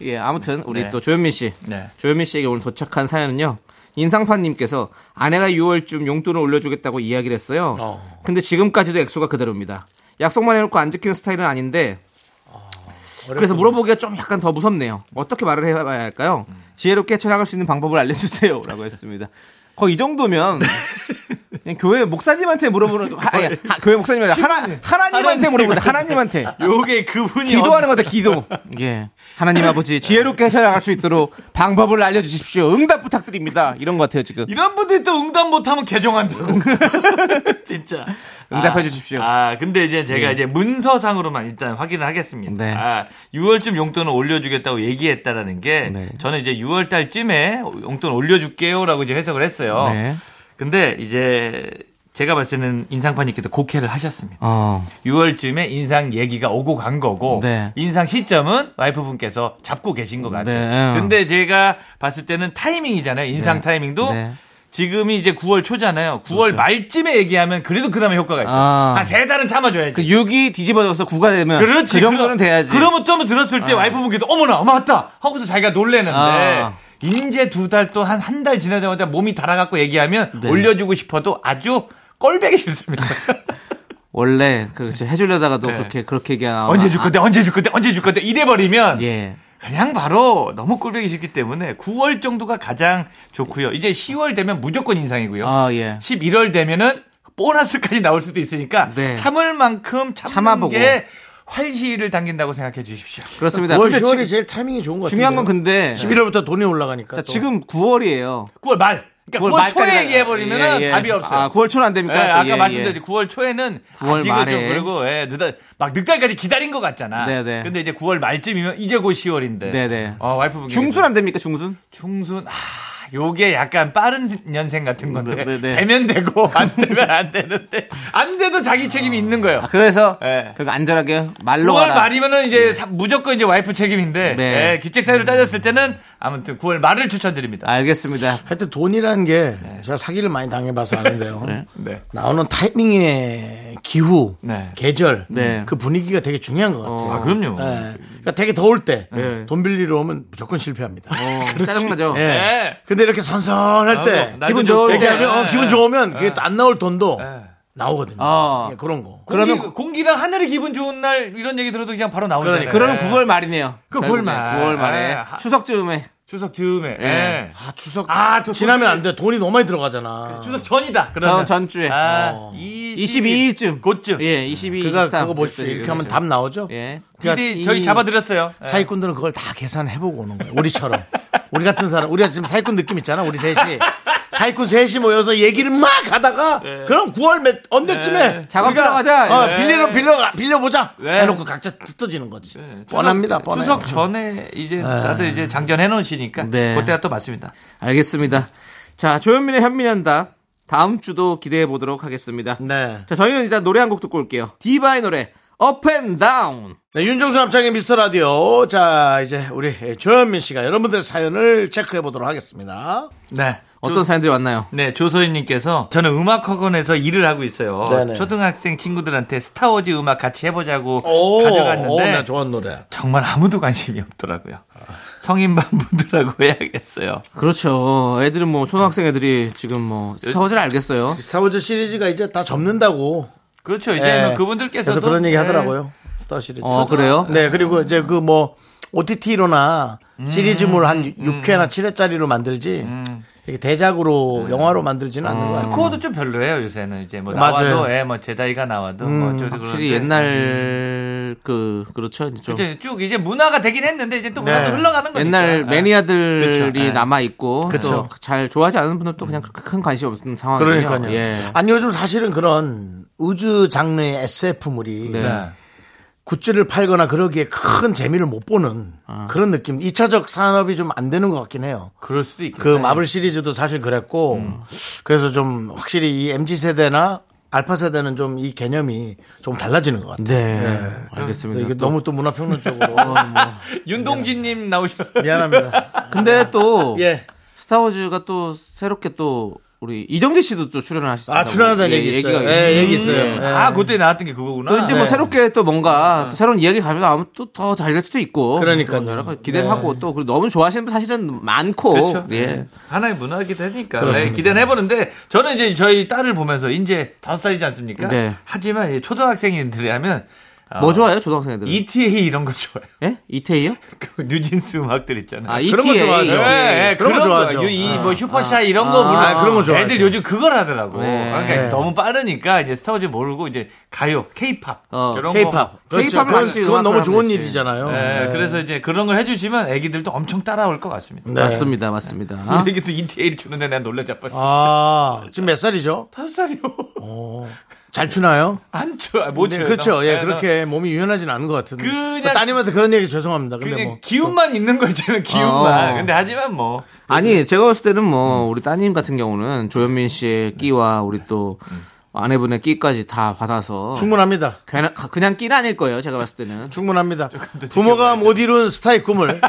Speaker 2: 예, 아무튼 우리
Speaker 7: 네.
Speaker 2: 또 조현민 씨.
Speaker 7: 네.
Speaker 2: 조현민 씨에게 오늘 도착한 사연은요. 인상파님께서 아내가 6월쯤 용돈을 올려주겠다고 이야기를 했어요. 근데 지금까지도 액수가 그대로입니다. 약속만 해놓고 안 지키는 스타일은 아닌데 그래서 물어보기가 좀 약간 더 무섭네요. 어떻게 말을 해봐야 할까요?
Speaker 7: 음.
Speaker 2: 지혜롭게 해쳐나갈 수 있는 방법을 알려주세요. 라고 했습니다. 거의 이 정도면 그냥 교회 목사님한테 물어보는 하, 아니, 하- 교회 목사님이 아니라 하나, 하나님한테 물어보는 하나님한테
Speaker 7: 요게 그분이 네.
Speaker 2: 기도하는 거다 기도. 예. 하나님 아버지 지혜롭게 헤쳐나갈 수 있도록 방법을 알려주십시오. 응답 부탁드립니다. 이런 것 같아요 지금.
Speaker 7: 이런 분들이 또 응답 못하면 개정한다고. 진짜.
Speaker 2: 응답해
Speaker 7: 아,
Speaker 2: 주십시오.
Speaker 7: 아, 근데 이제 제가 이제 문서상으로만 일단 확인을 하겠습니다.
Speaker 2: 네.
Speaker 7: 아, 6월쯤 용돈을 올려주겠다고 얘기했다라는 게
Speaker 2: 네.
Speaker 7: 저는 이제 6월달쯤에 용돈 올려줄게요라고 이제 해석을 했어요.
Speaker 2: 네.
Speaker 7: 근데 이제 제가 봤을 때는 인상파님께서 곡해를 하셨습니다.
Speaker 2: 어.
Speaker 7: 6월쯤에 인상 얘기가 오고 간 거고
Speaker 2: 네.
Speaker 7: 인상 시점은 와이프분께서 잡고 계신 것 같아요.
Speaker 2: 네.
Speaker 7: 근데 제가 봤을 때는 타이밍이잖아요. 인상
Speaker 2: 네.
Speaker 7: 타이밍도
Speaker 2: 네.
Speaker 7: 지금이 이제 9월 초잖아요. 9월 말쯤에 얘기하면 그래도 그나마 효과가 있어요.
Speaker 2: 아.
Speaker 7: 한 세 달은 참아줘야지.
Speaker 2: 그 6이 뒤집어져서 9가 되면
Speaker 7: 그렇지.
Speaker 2: 그 정도는
Speaker 7: 그럼-
Speaker 2: 돼야지.
Speaker 7: 그러면 좀 들었을 때 와이프분께서 어머나, 어머, 맞다! 하고서 자기가 놀래는데.
Speaker 2: 아.
Speaker 7: 이제 두 달 또 한 한 달 지나자마자 몸이 달아갖고 얘기하면
Speaker 2: 네.
Speaker 7: 올려주고 싶어도 아주 꼴배기 싫습니다.
Speaker 2: 원래 그렇지 해주려다가도
Speaker 7: 네.
Speaker 2: 그렇게 그렇게 얘기하나.
Speaker 7: 언제 줄 건데, 언제 줄 건데, 언제 줄 건데 이래버리면
Speaker 2: 아, 예.
Speaker 7: 그냥 바로 너무 꼴보기 싫기 때문에 9월 정도가 가장 좋고요. 이제 10월 되면 무조건 인상이고요.
Speaker 2: 아 예.
Speaker 7: 11월 되면은 보너스까지 나올 수도 있으니까
Speaker 2: 네.
Speaker 7: 참을 만큼 참는
Speaker 2: 참아보고.
Speaker 7: 게 활시를 당긴다고 생각해 주십시오.
Speaker 2: 그렇습니다.
Speaker 1: 9월
Speaker 2: 근데
Speaker 1: 10월이
Speaker 2: 지금
Speaker 1: 제일 타이밍이 좋은 것 같아요.
Speaker 2: 중요한 건 근데
Speaker 1: 11월부터 돈이 올라가니까.
Speaker 2: 자,
Speaker 1: 또.
Speaker 2: 지금 9월이에요.
Speaker 7: 9월 말. 그러니까 9월, 초에 얘기해 버리면은 답이 없어요.
Speaker 2: 아, 9월 초는 안
Speaker 7: 예,
Speaker 2: 됩니까?
Speaker 7: 아까
Speaker 2: 예, 예.
Speaker 7: 말씀드렸지 9월 초에는
Speaker 2: 9월
Speaker 7: 아직은 좀
Speaker 2: 말에.
Speaker 7: 그리고 예, 늦달 막 늦달까지 기다린 것 같잖아.
Speaker 2: 네, 네.
Speaker 7: 근데 이제 9월 말쯤이면 이제 곧 10월인데.
Speaker 2: 네, 네.
Speaker 7: 어, 와이프분
Speaker 2: 중순 안 됩니까? 중순?
Speaker 7: 중순 아 요게 약간 빠른 년생 같은 건데
Speaker 2: 네, 네.
Speaker 7: 되면 되고 안 되면 안 되는데 안 돼도 자기 책임이 있는 거예요.
Speaker 2: 아, 그래서
Speaker 7: 예.
Speaker 2: 그리고 안전하게 말로
Speaker 7: 9월
Speaker 2: 가라. 예.
Speaker 7: 말이면은 이제 사- 무조건 이제 와이프 책임인데
Speaker 2: 네.
Speaker 7: 예, 기책 사유를 따졌을 때는 아무튼 9월 말을 추천드립니다.
Speaker 2: 알겠습니다. 어,
Speaker 1: 하여튼 돈이라는 게
Speaker 2: 네.
Speaker 1: 제가 사기를 많이 당해봐서 아는데요.
Speaker 7: 네.
Speaker 1: 나오는 타이밍의 기후,
Speaker 7: 네.
Speaker 1: 계절,
Speaker 2: 네. 어.
Speaker 1: 그 분위기가 되게 중요한 것 같아요.
Speaker 7: 아 그럼요.
Speaker 1: 네. 그러니까 되게 더울 때 돈
Speaker 2: 네.
Speaker 1: 빌리러 오면 무조건 실패합니다.
Speaker 2: 어, 짜증나죠.
Speaker 1: 예.
Speaker 7: 네.
Speaker 1: 근데 이렇게 선선할 때
Speaker 7: 날도
Speaker 1: 기분
Speaker 7: 좋고.
Speaker 1: 좋을 때 하면 어,
Speaker 7: 네.
Speaker 1: 기분 좋으면 그게 또안 나올 돈도 나오거든요.
Speaker 2: 어.
Speaker 1: 예, 그런 거.
Speaker 7: 공기, 공기랑 하늘이 기분 좋은 날 이런 얘기 들어도 그냥 바로 나오잖아요.
Speaker 1: 그러니까.
Speaker 2: 그러면
Speaker 7: 예.
Speaker 2: 9월 말이네요.
Speaker 7: 그 9월 말.
Speaker 2: 9월 말에
Speaker 7: 아, 하-
Speaker 2: 추석 즈음에
Speaker 7: 추석 즈음에. 예.
Speaker 1: 아 추석
Speaker 7: 아, 또
Speaker 1: 지나면 안 돼. 돈이 너무 많이 들어가잖아.
Speaker 7: 추석 전이다.
Speaker 2: 전
Speaker 7: 그러면
Speaker 2: 전주에 어.
Speaker 7: 아, 22일
Speaker 2: 22일쯤
Speaker 7: 곧쯤.
Speaker 2: 예, 22,
Speaker 1: 그가
Speaker 2: 23.
Speaker 1: 그거 보십시오. 이렇게 하면 답 나오죠.
Speaker 2: 예.
Speaker 1: 그러니까
Speaker 7: PD
Speaker 1: 이
Speaker 7: 저희 잡아드렸어요. 예.
Speaker 1: 사기꾼들은 그걸 다 계산해보고 오는 거예요. 우리처럼. 우리 같은 사람, 우리가 지금 사기꾼 느낌 있잖아. 우리 셋이 사익꾼 셋이 모여서 얘기를 막 하다가 그럼 9월 몇 언제쯤에
Speaker 2: 작업
Speaker 1: 우리가,
Speaker 2: 들어가자.
Speaker 1: 어,
Speaker 8: 네.
Speaker 1: 빌리러 빌려 빌려보자
Speaker 8: 네.
Speaker 1: 해놓고 각자 뜯어지는 거지 뻔합니다 네. 뻔해
Speaker 8: 추석 전에 이제 다들 이제 장전 해놓으시니까
Speaker 2: 네.
Speaker 8: 그때가 또 맞습니다.
Speaker 2: 알겠습니다. 자, 조현민의 현민한다. 다음 주도 기대해 보도록 하겠습니다.
Speaker 1: 네.
Speaker 2: 자, 저희는 일단 노래 한 곡 듣고 올게요. 디바의 노래, Up and Down.
Speaker 1: 네, 윤정수 합창의 미스터 라디오. 자, 이제 우리 조현민 씨가 여러분들 사연을 체크해 보도록 하겠습니다.
Speaker 8: 네.
Speaker 2: 어떤 사연들이 왔나요?
Speaker 8: 네, 조소희님께서 저는 음악학원에서 일을 하고 있어요.
Speaker 1: 네네.
Speaker 8: 초등학생 친구들한테 스타워즈 음악 같이 해보자고
Speaker 1: 오, 오,
Speaker 8: 가져갔는데
Speaker 1: 나 좋아하는 노래.
Speaker 8: 정말 아무도 관심이 없더라고요. 성인 반부들하고 해야겠어요.
Speaker 2: 그렇죠. 애들은 뭐, 초등학생 애들이 지금 뭐, 스타워즈를 알겠어요.
Speaker 1: 스타워즈 시리즈가 이제 다 접는다고.
Speaker 8: 그렇죠. 이제는
Speaker 1: 예.
Speaker 8: 그분들께서도
Speaker 1: 그래서 그런 얘기
Speaker 8: 예.
Speaker 1: 하더라고요. 스타 시리즈.
Speaker 2: 어, 그래요?
Speaker 1: 네, 그리고 이제 그 뭐 OTT로나
Speaker 8: 음.
Speaker 1: 시리즈물 한 6회나 7회짜리로 만들지 이렇게 대작으로 영화로 만들지는 않는 거 같아요.
Speaker 8: 네. 음. 스코어도 좀 별로예요 요새는 이제 뭐
Speaker 1: 맞아요.
Speaker 8: 나와도 예, 뭐 제다이가 나와도 뭐 어쩌고
Speaker 2: 확실히
Speaker 8: 그러는데. 음.
Speaker 2: 옛날, 그, 그렇죠. 이제 좀.
Speaker 8: 이제 쭉 이제 문화가 되긴 했는데 이제 또 문화도
Speaker 1: 네.
Speaker 8: 흘러가는 거니까. 예.
Speaker 2: 옛날
Speaker 8: 그쵸.
Speaker 2: 아. 그렇죠. 매니아들이 그렇죠.
Speaker 8: 예.
Speaker 2: 남아있고,
Speaker 1: 그쵸.
Speaker 2: 또 잘 좋아하지 않는 분들도 그냥 그렇게 큰 관심 없는 상황이거든요.
Speaker 1: 그러니까요.
Speaker 2: 예.
Speaker 1: 아니 요즘 사실은 그런 우주 장르의 SF물이
Speaker 2: 네.
Speaker 8: 네.
Speaker 1: 굿즈를 팔거나 그러기에 큰 재미를 못 보는
Speaker 8: 아.
Speaker 1: 그런 느낌. 2차적 산업이 좀 안 되는 것 같긴 해요.
Speaker 8: 그럴 수도 있겠다.
Speaker 1: 그 마블 시리즈도 사실 그랬고 그래서 좀 확실히 이 MZ 세대나 알파 세대는 좀 이 개념이 좀 달라지는 것 같아요.
Speaker 2: 네.
Speaker 1: 근데
Speaker 2: 알겠습니다.
Speaker 1: 이게
Speaker 2: 또.
Speaker 1: 너무 또 문화평론 쪽으로 뭐
Speaker 8: 윤동진님 나오셨.
Speaker 1: 네. 미안합니다.
Speaker 2: 근데 또,
Speaker 1: 예.
Speaker 2: 스타워즈가 또 새롭게 또 우리 이정재 씨도 또 출연을 하셨다.
Speaker 1: 아 출연하다는 얘기 있어요. 예, 얘기 있어요. 예.
Speaker 8: 아 그때 나왔던 게 그거구나.
Speaker 2: 또 이제 뭐
Speaker 1: 네.
Speaker 2: 새롭게 또 뭔가 또 새로운 이야기 가면 아무 또더 잘 될 수도 있고.
Speaker 1: 그러니까요. 네.
Speaker 2: 뭐 여러 가지 기대를 하고 또 그리고 너무 좋아하시는 분 사실은 많고.
Speaker 8: 그렇죠.
Speaker 2: 예.
Speaker 8: 하나의 문화이기도 하니까 네, 기대는 해보는데 저는 이제 저희 딸을 보면서 이제 다섯 살이지 않습니까?
Speaker 2: 네.
Speaker 8: 하지만 이 초등학생들이라면 어,
Speaker 2: 뭐 좋아요 초등학생
Speaker 1: 음.
Speaker 2: 애들? 이...
Speaker 8: ETA E 이런 거 좋아요.
Speaker 2: 예? 이태이요?
Speaker 8: 그 뉴진스 음악들 있잖아요.
Speaker 2: 아
Speaker 1: 그런 거
Speaker 2: 이태이.
Speaker 1: 좋아하죠.
Speaker 8: 예, 예,
Speaker 1: 그런 거 좋아하죠.
Speaker 8: 이뭐 슈퍼샤 이런 거
Speaker 2: 아,
Speaker 8: 부르.
Speaker 1: 아, 그런 거 좋아하죠.
Speaker 8: 애들 요즘 그걸 하더라고.
Speaker 2: 네.
Speaker 8: 그러니까
Speaker 1: 네.
Speaker 8: 너무 빠르니까 이제 스타워즈 모르고 이제 가요, 케이팝
Speaker 2: 어,
Speaker 8: 이런 거.
Speaker 1: 케이팝.
Speaker 2: 케이팝을
Speaker 1: 그렇죠. 그건,
Speaker 2: 같이
Speaker 1: 그건 너무
Speaker 2: 음악을
Speaker 1: 좋은
Speaker 2: 하면 되지.
Speaker 1: 일이잖아요.
Speaker 8: 예,
Speaker 1: 네.
Speaker 8: 그래서 이제 그런 걸 해주시면 애기들도 엄청 따라올 것 같습니다.
Speaker 1: 네.
Speaker 2: 맞습니다, 맞습니다.
Speaker 8: 근데 이게 또 ETA를 주는데 내가 놀래 자빠졌어.
Speaker 1: 아 지금 몇 살이죠?
Speaker 8: 다섯 살이요.
Speaker 1: 잘 추나요?
Speaker 8: 안 좋아. 못
Speaker 1: 네,
Speaker 8: 줘요.
Speaker 1: 그렇죠.
Speaker 8: 나-
Speaker 1: 예,
Speaker 8: 나-
Speaker 1: 그렇게 몸이 유연하진 않은 것 같은데.
Speaker 8: 그냥-
Speaker 1: 따님한테 그런 얘기 죄송합니다. 근데
Speaker 8: 그냥
Speaker 1: 뭐
Speaker 8: 기운만 있는 거 있잖아요. 기운만.
Speaker 2: 어.
Speaker 8: 근데 하지만 뭐
Speaker 2: 아니 제가 봤을 때는 뭐 우리 따님 같은 경우는 조현민 씨의 끼와 우리 또 아내분의 끼까지 다 받아서
Speaker 1: 충분합니다.
Speaker 2: 괜한- 그냥 끼는 아닐 거예요. 제가 봤을 때는
Speaker 1: 충분합니다. 부모가 못 이룬 스타의 꿈을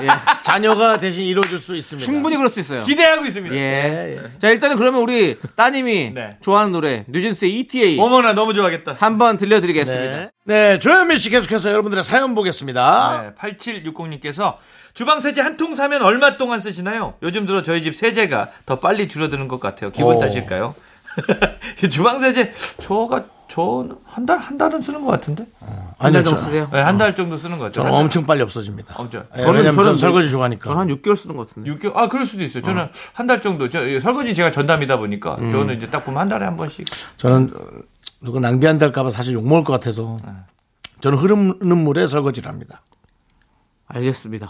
Speaker 1: 자녀가 대신 이뤄줄 수 있습니다.
Speaker 2: 충분히 그럴 수 있어요.
Speaker 8: 기대하고 있습니다.
Speaker 2: 예. 자 일단은 그러면 우리 따님이
Speaker 8: 네.
Speaker 2: 좋아하는 노래 뉴진스의 ETA
Speaker 8: 어머나 너무 좋아하겠다.
Speaker 2: 한번 들려드리겠습니다.
Speaker 1: 네. 네, 조현민 씨 계속해서 여러분들의 사연 보겠습니다.
Speaker 8: 네, 8760님께서 주방 세제 한 통 사면 얼마 동안 쓰시나요? 요즘 들어 저희 집 세제가 더 빨리 줄어드는 것 같아요. 기분
Speaker 1: 오.
Speaker 8: 탓일까요? 이 주방 세제 저가 저한달 한 달은 쓰는 것 같은데 네,
Speaker 1: 아니요,
Speaker 2: 한달
Speaker 1: 저-
Speaker 2: 정도 쓰세요.
Speaker 8: 한 달 정도 쓰는 것 같죠.
Speaker 1: 저는 엄청 빨리 없어집니다.
Speaker 8: 엄청.
Speaker 1: 예, 왜냐면 저는 설거지 좋아하니까.
Speaker 2: 저는 한 6개월 쓰는 것 같은데.
Speaker 8: 6개월 아 그럴 수도 있어요. 저는 한 달 정도 저 이 설거지 제가 전담이다 보니까 저는 이제 딱 보면 한 달에 한 번씩
Speaker 1: 저는 어, 누가 낭비한달까봐 사실 욕먹을 것 같아서
Speaker 8: 네.
Speaker 1: 저는 흐르는 물에 설거지를 합니다.
Speaker 2: 알겠습니다.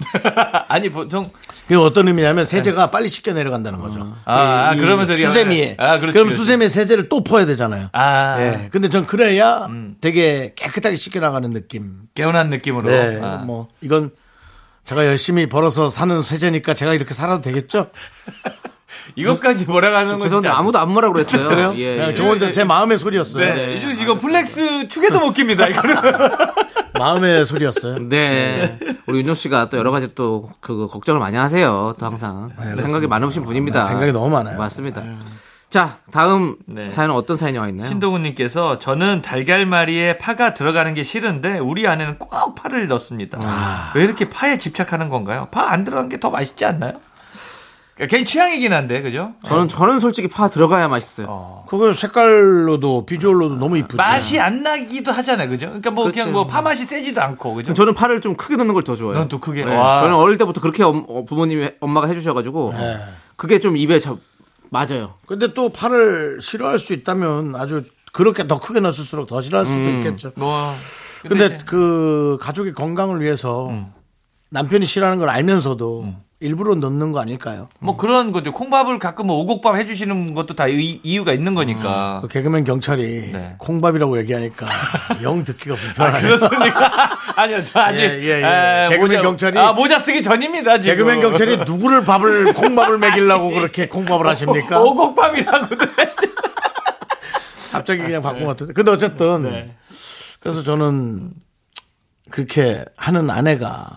Speaker 8: 아니 보통
Speaker 1: 그게 어떤 의미냐면 세제가 빨리 씻겨 내려간다는 거죠.
Speaker 8: 아, 아, 그러면서 이렇게
Speaker 1: 수세미에.
Speaker 8: 하면- 아, 그렇지,
Speaker 1: 그럼
Speaker 8: 그렇지.
Speaker 1: 수세미에 세제를 또 퍼야 되잖아요.
Speaker 8: 아 음.
Speaker 1: 예. 근데 전 그래야 되게 깨끗하게 씻겨 나가는 느낌.
Speaker 8: 개운한 느낌으로
Speaker 1: 네,
Speaker 8: 아.
Speaker 1: 뭐 이건 제가 열심히 벌어서 사는 세제니까 제가 이렇게 살아도 되겠죠?
Speaker 8: 이것까지 뭐라고 하는 건지
Speaker 2: 죄송한데
Speaker 8: 안-
Speaker 2: 아무도 안 뭐라 그랬어요.
Speaker 1: 그래요?
Speaker 2: 예,
Speaker 1: 그냥
Speaker 2: 예.
Speaker 1: 네, 저 혼자 제 마음의 소리였어요.
Speaker 8: 네, 이거 이거 플렉스 축에도 못 낍니다. 이거는
Speaker 1: 마음의 소리였어요.
Speaker 2: 네. 우리 윤종 씨가 또 여러 가지 또 그 걱정을 많이 하세요. 또 항상 생각이 많으신 분입니다.
Speaker 1: 생각이 너무 많아요.
Speaker 2: 맞습니다. 자, 다음
Speaker 8: 네.
Speaker 2: 사연은 어떤 사연이 와 있나요?
Speaker 8: 신동훈님께서 저는 달걀말이에 파가 들어가는 게 싫은데 우리 아내는 꼭 파를 넣습니다.
Speaker 1: 아.
Speaker 8: 왜 이렇게 파에 집착하는 건가요? 파 안 들어간 게 더 맛있지 않나요? 그러니까 개인 취향이긴 한데 그죠?
Speaker 2: 저는 저는 솔직히 파 들어가야 맛있어요.
Speaker 1: 그걸 색깔로도 비주얼로도 너무 이쁘죠.
Speaker 8: 맛이 안 나기도 하잖아요, 그죠? 그러니까 뭐 그냥
Speaker 1: 그렇죠.
Speaker 8: 뭐 파 맛이 세지도 않고 그죠?
Speaker 2: 저는 파를 좀 크게 넣는 걸 더 좋아해요.
Speaker 8: 넌또 크게?
Speaker 2: 네.
Speaker 8: 와.
Speaker 2: 저는 어릴 때부터 그렇게 엄- 어, 부모님이 엄마가 해주셔가지고 그게 좀 입에 잡 맞아요.
Speaker 1: 근데 또 파를 싫어할 수 있다면 아주 그렇게 더 크게 넣었을수록 더 싫어할 수도 있겠죠.
Speaker 8: 뭐 음.
Speaker 1: 근데 그 가족의 건강을 위해서 남편이 싫어하는 걸 알면서도 일부러 넣는 거 아닐까요?
Speaker 8: 뭐 그런 거죠. 콩밥을 가끔 뭐 오곡밥 해주시는 것도 다 이, 유가 있는 거니까.
Speaker 1: 그 개그맨 경찰이
Speaker 8: 네.
Speaker 1: 콩밥이라고 얘기하니까 영 듣기가
Speaker 8: 아,
Speaker 1: 불편하네요.
Speaker 8: 그렇습니까? 아니요, 저 아직.
Speaker 1: 예, 예, 예.
Speaker 8: 아,
Speaker 1: 개그맨
Speaker 8: 모자-
Speaker 1: 경찰이-
Speaker 8: 아, 모자 쓰기 전입니다, 지금.
Speaker 1: 개그맨 경찰이 누구를 밥을 콩밥을 먹이려고 그렇게 콩밥을 하십니까?
Speaker 8: 오곡밥이라고도 했죠.
Speaker 1: 갑자기
Speaker 8: 아,
Speaker 1: 그냥 바꾼
Speaker 8: 네.
Speaker 1: 것 같은데. 근데 어쨌든 그래서 저는 그렇게 하는 아내가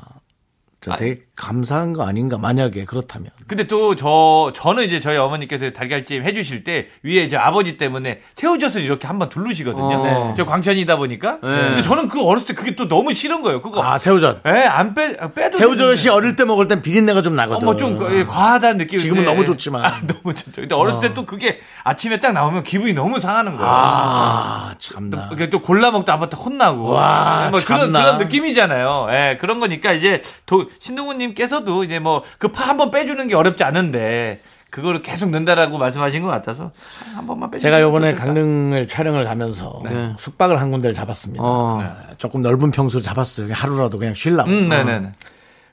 Speaker 1: 저 되게 감사한 거 아닌가 만약에 그렇다면.
Speaker 8: 근데 또 저, 저는 이제 저희 어머니께서 달걀찜 해주실 때 위에 이제 아버지 때문에 새우젓을 이렇게 한번 두르시거든요. 네.
Speaker 2: 어.
Speaker 8: 저 광천이다 보니까. 근데 저는 그 어렸을 때 그게 또 너무 싫은 거예요. 그거.
Speaker 1: 네. 아 새우젓.
Speaker 8: 예, 안 빼, 아, 빼도.
Speaker 1: 새우젓이 어릴 때 먹을 땐 비린내가 좀 나거든.
Speaker 8: 뭐좀 그, 예. 과하다는 느낌.
Speaker 1: 지금은 너무 좋지만.
Speaker 8: 너무 좋죠. 근데 어렸을 때 또 그게 아침에 딱 나오면 기분이 너무 상하는 거예요.
Speaker 1: 아 참나.
Speaker 8: 그게 또 골라 먹다 아파트 혼나고
Speaker 1: 와,
Speaker 8: 뭐 그런
Speaker 1: 참나.
Speaker 8: 그런 느낌이잖아요. 예, 그런 거니까 이제 도, 신동훈님께서도 이제 뭐 그 파 한 번 빼주는 게 어렵지 않은데 그거를 계속 넣는다라고 말씀하신 것 같아서 한 번만 빼.
Speaker 1: 제가 요번에 강릉을 촬영을 가면서
Speaker 8: 네.
Speaker 1: 숙박을 한 군데를 잡았습니다. 네, 조금 넓은 평수를 잡았어요. 하루라도 그냥 쉬려고.
Speaker 8: 어. 음, 네네네.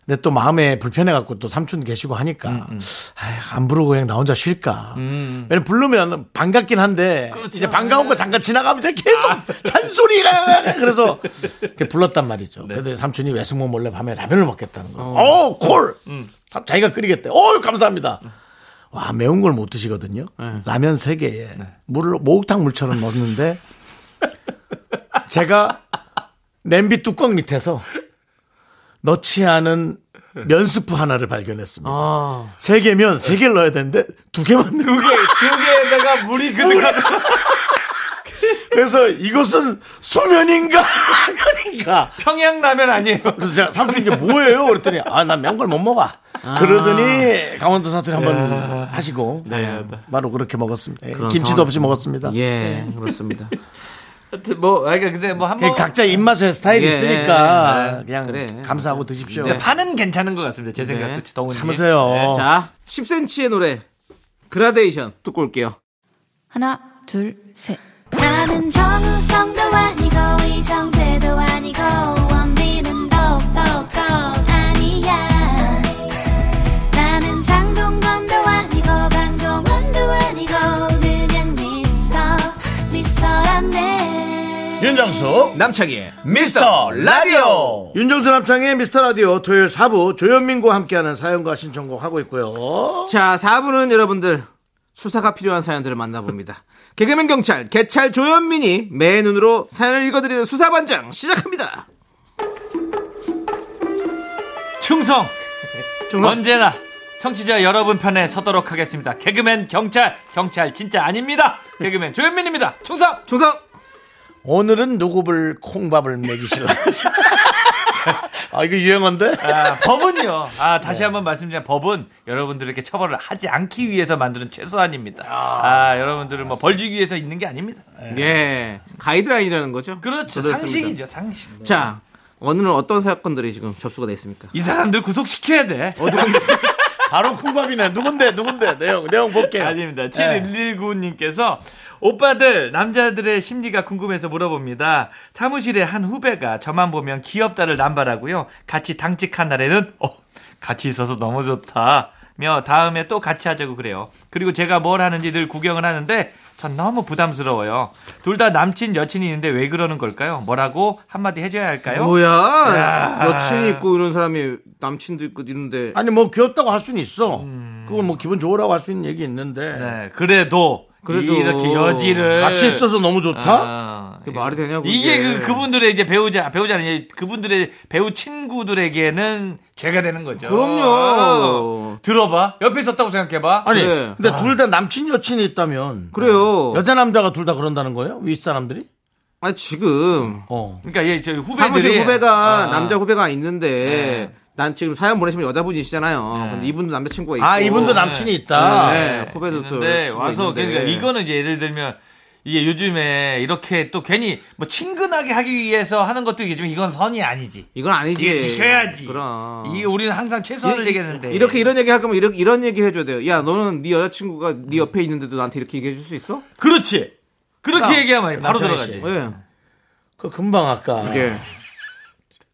Speaker 1: 근데 또 마음에 불편해갖고 또 삼촌 계시고 하니까 아이, 안 부르고 그냥 나 혼자 쉴까. 왜냐면 부르면 반갑긴 한데 이제 반가운 거 잠깐 지나가면 이제 계속 잔소리가 그래서 이렇게 불렀단 말이죠. 그래서 삼촌이 외숙모 몰래 밤에 라면을 먹겠다는 거예요. 어, 콜. 삼- 자기가 끓이겠대. 어, 감사합니다. 와 매운 걸 못 드시거든요. 라면 세 개에 물을 목욕탕 물처럼 넣었는데 제가 냄비 뚜껑 밑에서 넣지 않은 면스프 하나를 발견했습니다. 세 개면 세 개를 넣어야 되는데 두 개만 넣은 거예요.
Speaker 8: 아. 두 개에다가 물이 그대로
Speaker 1: 그래서 이것은 소면인가 라면인가.
Speaker 8: 평양라면 아니에요.
Speaker 1: 그래서 제가 삼촌 이게 뭐예요? 그랬더니 아난 매운 걸 못 먹어.
Speaker 8: 아.
Speaker 1: 그러더니 강원도 사투리 한번 하시고
Speaker 5: 아,
Speaker 1: 바로 그렇게 먹었습니다. 예, 김치도
Speaker 2: 네. 상황-
Speaker 1: 없이 먹었습니다.
Speaker 2: 예, 그렇습니다.
Speaker 8: 하여튼 뭐 아니 근데 뭐
Speaker 1: 그냥
Speaker 8: 한번
Speaker 1: 각자 입맛에 스타일이
Speaker 2: 예,
Speaker 1: 있으니까
Speaker 2: 예, 예.
Speaker 1: 그냥
Speaker 2: 그래.
Speaker 1: 감사하고 드십시오.
Speaker 8: 네, 파는 괜찮은 것 같습니다. 제 생각도
Speaker 2: 네.
Speaker 8: 동훈이.
Speaker 1: 참으세요.
Speaker 2: 자, 10cm의 노래 그라데이션 듣고 올게요.
Speaker 9: 하나, 둘, 셋.
Speaker 4: 나는 정우성도 아니고 이정재도 아니고 원빈은 더욱더 아니야 나는 장동건도 아니고 강동원도 아니고 그냥 미스터 미스터란데
Speaker 1: 윤정수 남창희의 미스터 라디오 윤정수 남창희의 미스터 라디오 토요일 4부 조현민과 함께하는 사연과 신청곡 하고 있고요
Speaker 2: 자, 4부는 여러분들 수사가 필요한 사연들을 만나봅니다. 개그맨 경찰 개찰 조현민이 매 눈으로 사연을 읽어드리는 수사반장 시작합니다.
Speaker 8: 충성
Speaker 2: 충성.
Speaker 8: 언제나 청취자 여러분 편에 서도록 하겠습니다. 개그맨 경찰 경찰 진짜 아닙니다. 개그맨 조현민입니다. 충성.
Speaker 2: 충성.
Speaker 1: 오늘은 누구를 콩밥을 먹이실라 아 이거 유행어인데
Speaker 8: 아, 법은요. 아,
Speaker 2: 네.
Speaker 8: 다시 한번 말씀드리면 법은 여러분들에게 처벌을 하지 않기 위해서 만드는 최소한입니다. 아, 여러분들을 뭐 벌주기 위해서 있는 게 아닙니다.
Speaker 2: 예, 가이드라인이라는 거죠.
Speaker 8: 그렇죠.
Speaker 2: 그렇습니다.
Speaker 8: 상식이죠, 상식.
Speaker 2: 자, 오늘은 어떤 사건들이 지금 접수가 돼 있습니까?
Speaker 8: 이 사람들 구속시켜야 돼.
Speaker 1: 바로 콩밥이네 누군데 누군데 내용 내용 볼게요
Speaker 8: 아닙니다. 7119님께서 오빠들 남자들의 심리가 궁금해서 물어봅니다. 사무실에 한 후배가 저만 보면 귀엽다를 남발하고요. 같이 당직한 날에는 어, 같이 있어서 너무 좋다. 며 다음에 또 같이 하자고 그래요. 그리고 제가 뭘 하는지 늘 구경을 하는데 전 너무 부담스러워요. 둘 다 남친 여친이 있는데 왜 그러는 걸까요? 뭐라고 한마디 해줘야 할까요?
Speaker 2: 뭐야?
Speaker 8: 네.
Speaker 2: 여친이 있고 이런 사람이 남친도 있고 있는데
Speaker 1: 아니 뭐 귀엽다고 할 수는 있어 그건 뭐 기분 좋으라고 할 수 있는 얘기 있는데
Speaker 8: 네, 그래도,
Speaker 2: 그래도
Speaker 8: 이렇게 여지를
Speaker 1: 같이 있어서 너무 좋다
Speaker 8: 아,
Speaker 2: 그게 말이 되냐고
Speaker 8: 이게 그 그분들의 이제 배우자 배우자 아니 그분들의 배우 친구들에게는 죄가 되는 거죠.
Speaker 2: 그럼요.
Speaker 8: 들어봐. 옆에 있었다고 생각해봐. 네.
Speaker 1: 아니
Speaker 2: 그래.
Speaker 1: 근데 둘 다 남친 여친이 있다면
Speaker 2: 그래요.
Speaker 1: 여자 남자가 둘 다 그런다는 거예요 윗사람들이
Speaker 2: 아 지금
Speaker 1: 어
Speaker 8: 그러니까 얘 저희 후배들이
Speaker 2: 사무실 후배가
Speaker 8: 아,
Speaker 2: 남자 후배가 있는데 난 지금 사연 보내시면 여자분이시잖아요. 근데 이분도 남자친구가 있고.
Speaker 1: 아, 이분도 남친이 있다.
Speaker 2: 네, 후배도 또
Speaker 8: 있는데
Speaker 2: 여자친구가
Speaker 8: 와서
Speaker 2: 있는데.
Speaker 8: 그러니까 이거는 이제 예를 들면 이게 요즘에 이렇게 또 괜히 뭐 친근하게 하기 위해서 하는 것도 있지만 이건 선이 아니지.
Speaker 2: 이건 아니지.
Speaker 8: 이게 지켜야지.
Speaker 2: 그럼.
Speaker 8: 이게 우리는 항상 최선을 얘기하는데
Speaker 2: 이렇게 이런 얘기 할 거면 이렇게 이런 얘기 해줘야 돼요. 야, 너는 네 여자친구가 네 옆에 있는데도 나한테 이렇게 얘기해 줄 수 있어?
Speaker 8: 그렇지. 그렇게 얘기하면 바로
Speaker 1: 남편이
Speaker 8: 들어가지.
Speaker 2: 예.
Speaker 1: 그 금방 아까
Speaker 2: 이게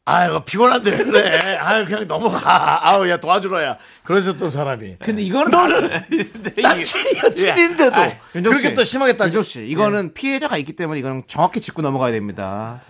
Speaker 5: 아유 피곤한데 왜 그래. 아유 그냥 넘어가. 아우 야 도와주라 야. 그러셨던 사람이.
Speaker 2: 근데 이거는
Speaker 5: 난 친이야 친인데도
Speaker 2: 예. 윤정 씨,
Speaker 5: 그렇게 또 심하게 따져.
Speaker 2: 윤정 씨, 이거는 피해자가 있기 때문에 이거는 정확히 짚고 넘어가야 됩니다.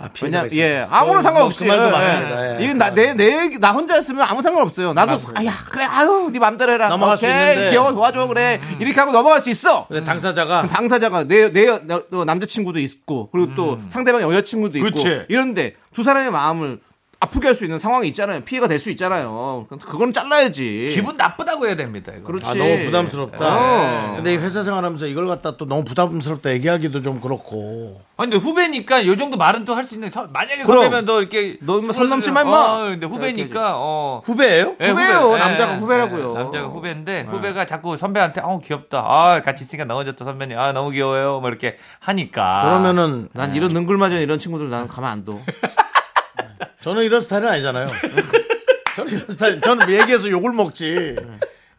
Speaker 5: 아,
Speaker 2: 왜냐, 예, 아무런 상관없이.
Speaker 5: 그 말도
Speaker 2: 예.
Speaker 5: 맞습니다. 예.
Speaker 2: 이건 나, 내, 내, 나 혼자 했으면 아무 상관없어요. 나도, 아, 야, 그래, 아유, 네 맘대로 해라.
Speaker 5: 넘어갈 수
Speaker 2: 오케이,
Speaker 5: 있는데. 음, 네.
Speaker 2: 귀여워, 도와줘, 그래. 이렇게 하고 넘어갈 수 있어.
Speaker 5: 근데 당사자가
Speaker 2: 당사자가 내, 내, 나- 또 남자친구도 있고, 그리고 또
Speaker 5: 음.
Speaker 2: 상대방 여자친구도 있고.
Speaker 8: 그치.
Speaker 2: 이런데 두 사람의 마음을 아프게 할 수 있는 상황이 있잖아요. 피해가 될 수 있잖아요. 그럼 그건 잘라야지.
Speaker 8: 기분 나쁘다고 해야 됩니다. 이거.
Speaker 2: 그렇지.
Speaker 5: 아, 너무 부담스럽다.
Speaker 2: 어.
Speaker 5: 근데 이 회사 생활하면서 이걸 갖다 또 너무 부담스럽다 얘기하기도 좀 그렇고.
Speaker 8: 아니, 근데 후배니까 요 정도 말은 또 할 수 있는데 서- 만약에
Speaker 5: 그럼.
Speaker 8: 선배면 더 이렇게
Speaker 2: 너뭐선 넘지
Speaker 8: 수그러들면-
Speaker 2: 마, 임마.
Speaker 8: 어, 근데 후배니까 어.
Speaker 5: 후배예요?
Speaker 8: 예,
Speaker 2: 후배예요.
Speaker 8: 후배. 예,
Speaker 2: 남자가
Speaker 8: 예,
Speaker 2: 후배라고요. 예.
Speaker 8: 남자가 후배인데 후배가 자꾸 선배한테 어 귀엽다. 아 같이 있으니까 넘어졌다 선배님. 아 너무 귀여워요. 뭐 이렇게 하니까.
Speaker 5: 그러면은
Speaker 2: 난 이런 능글맞은 이런 친구들 나는 가만 안 둬.
Speaker 5: 저는 이런 스타일은 아니잖아요. 저는 이런 스타일. 저는 얘기해서 욕을 먹지.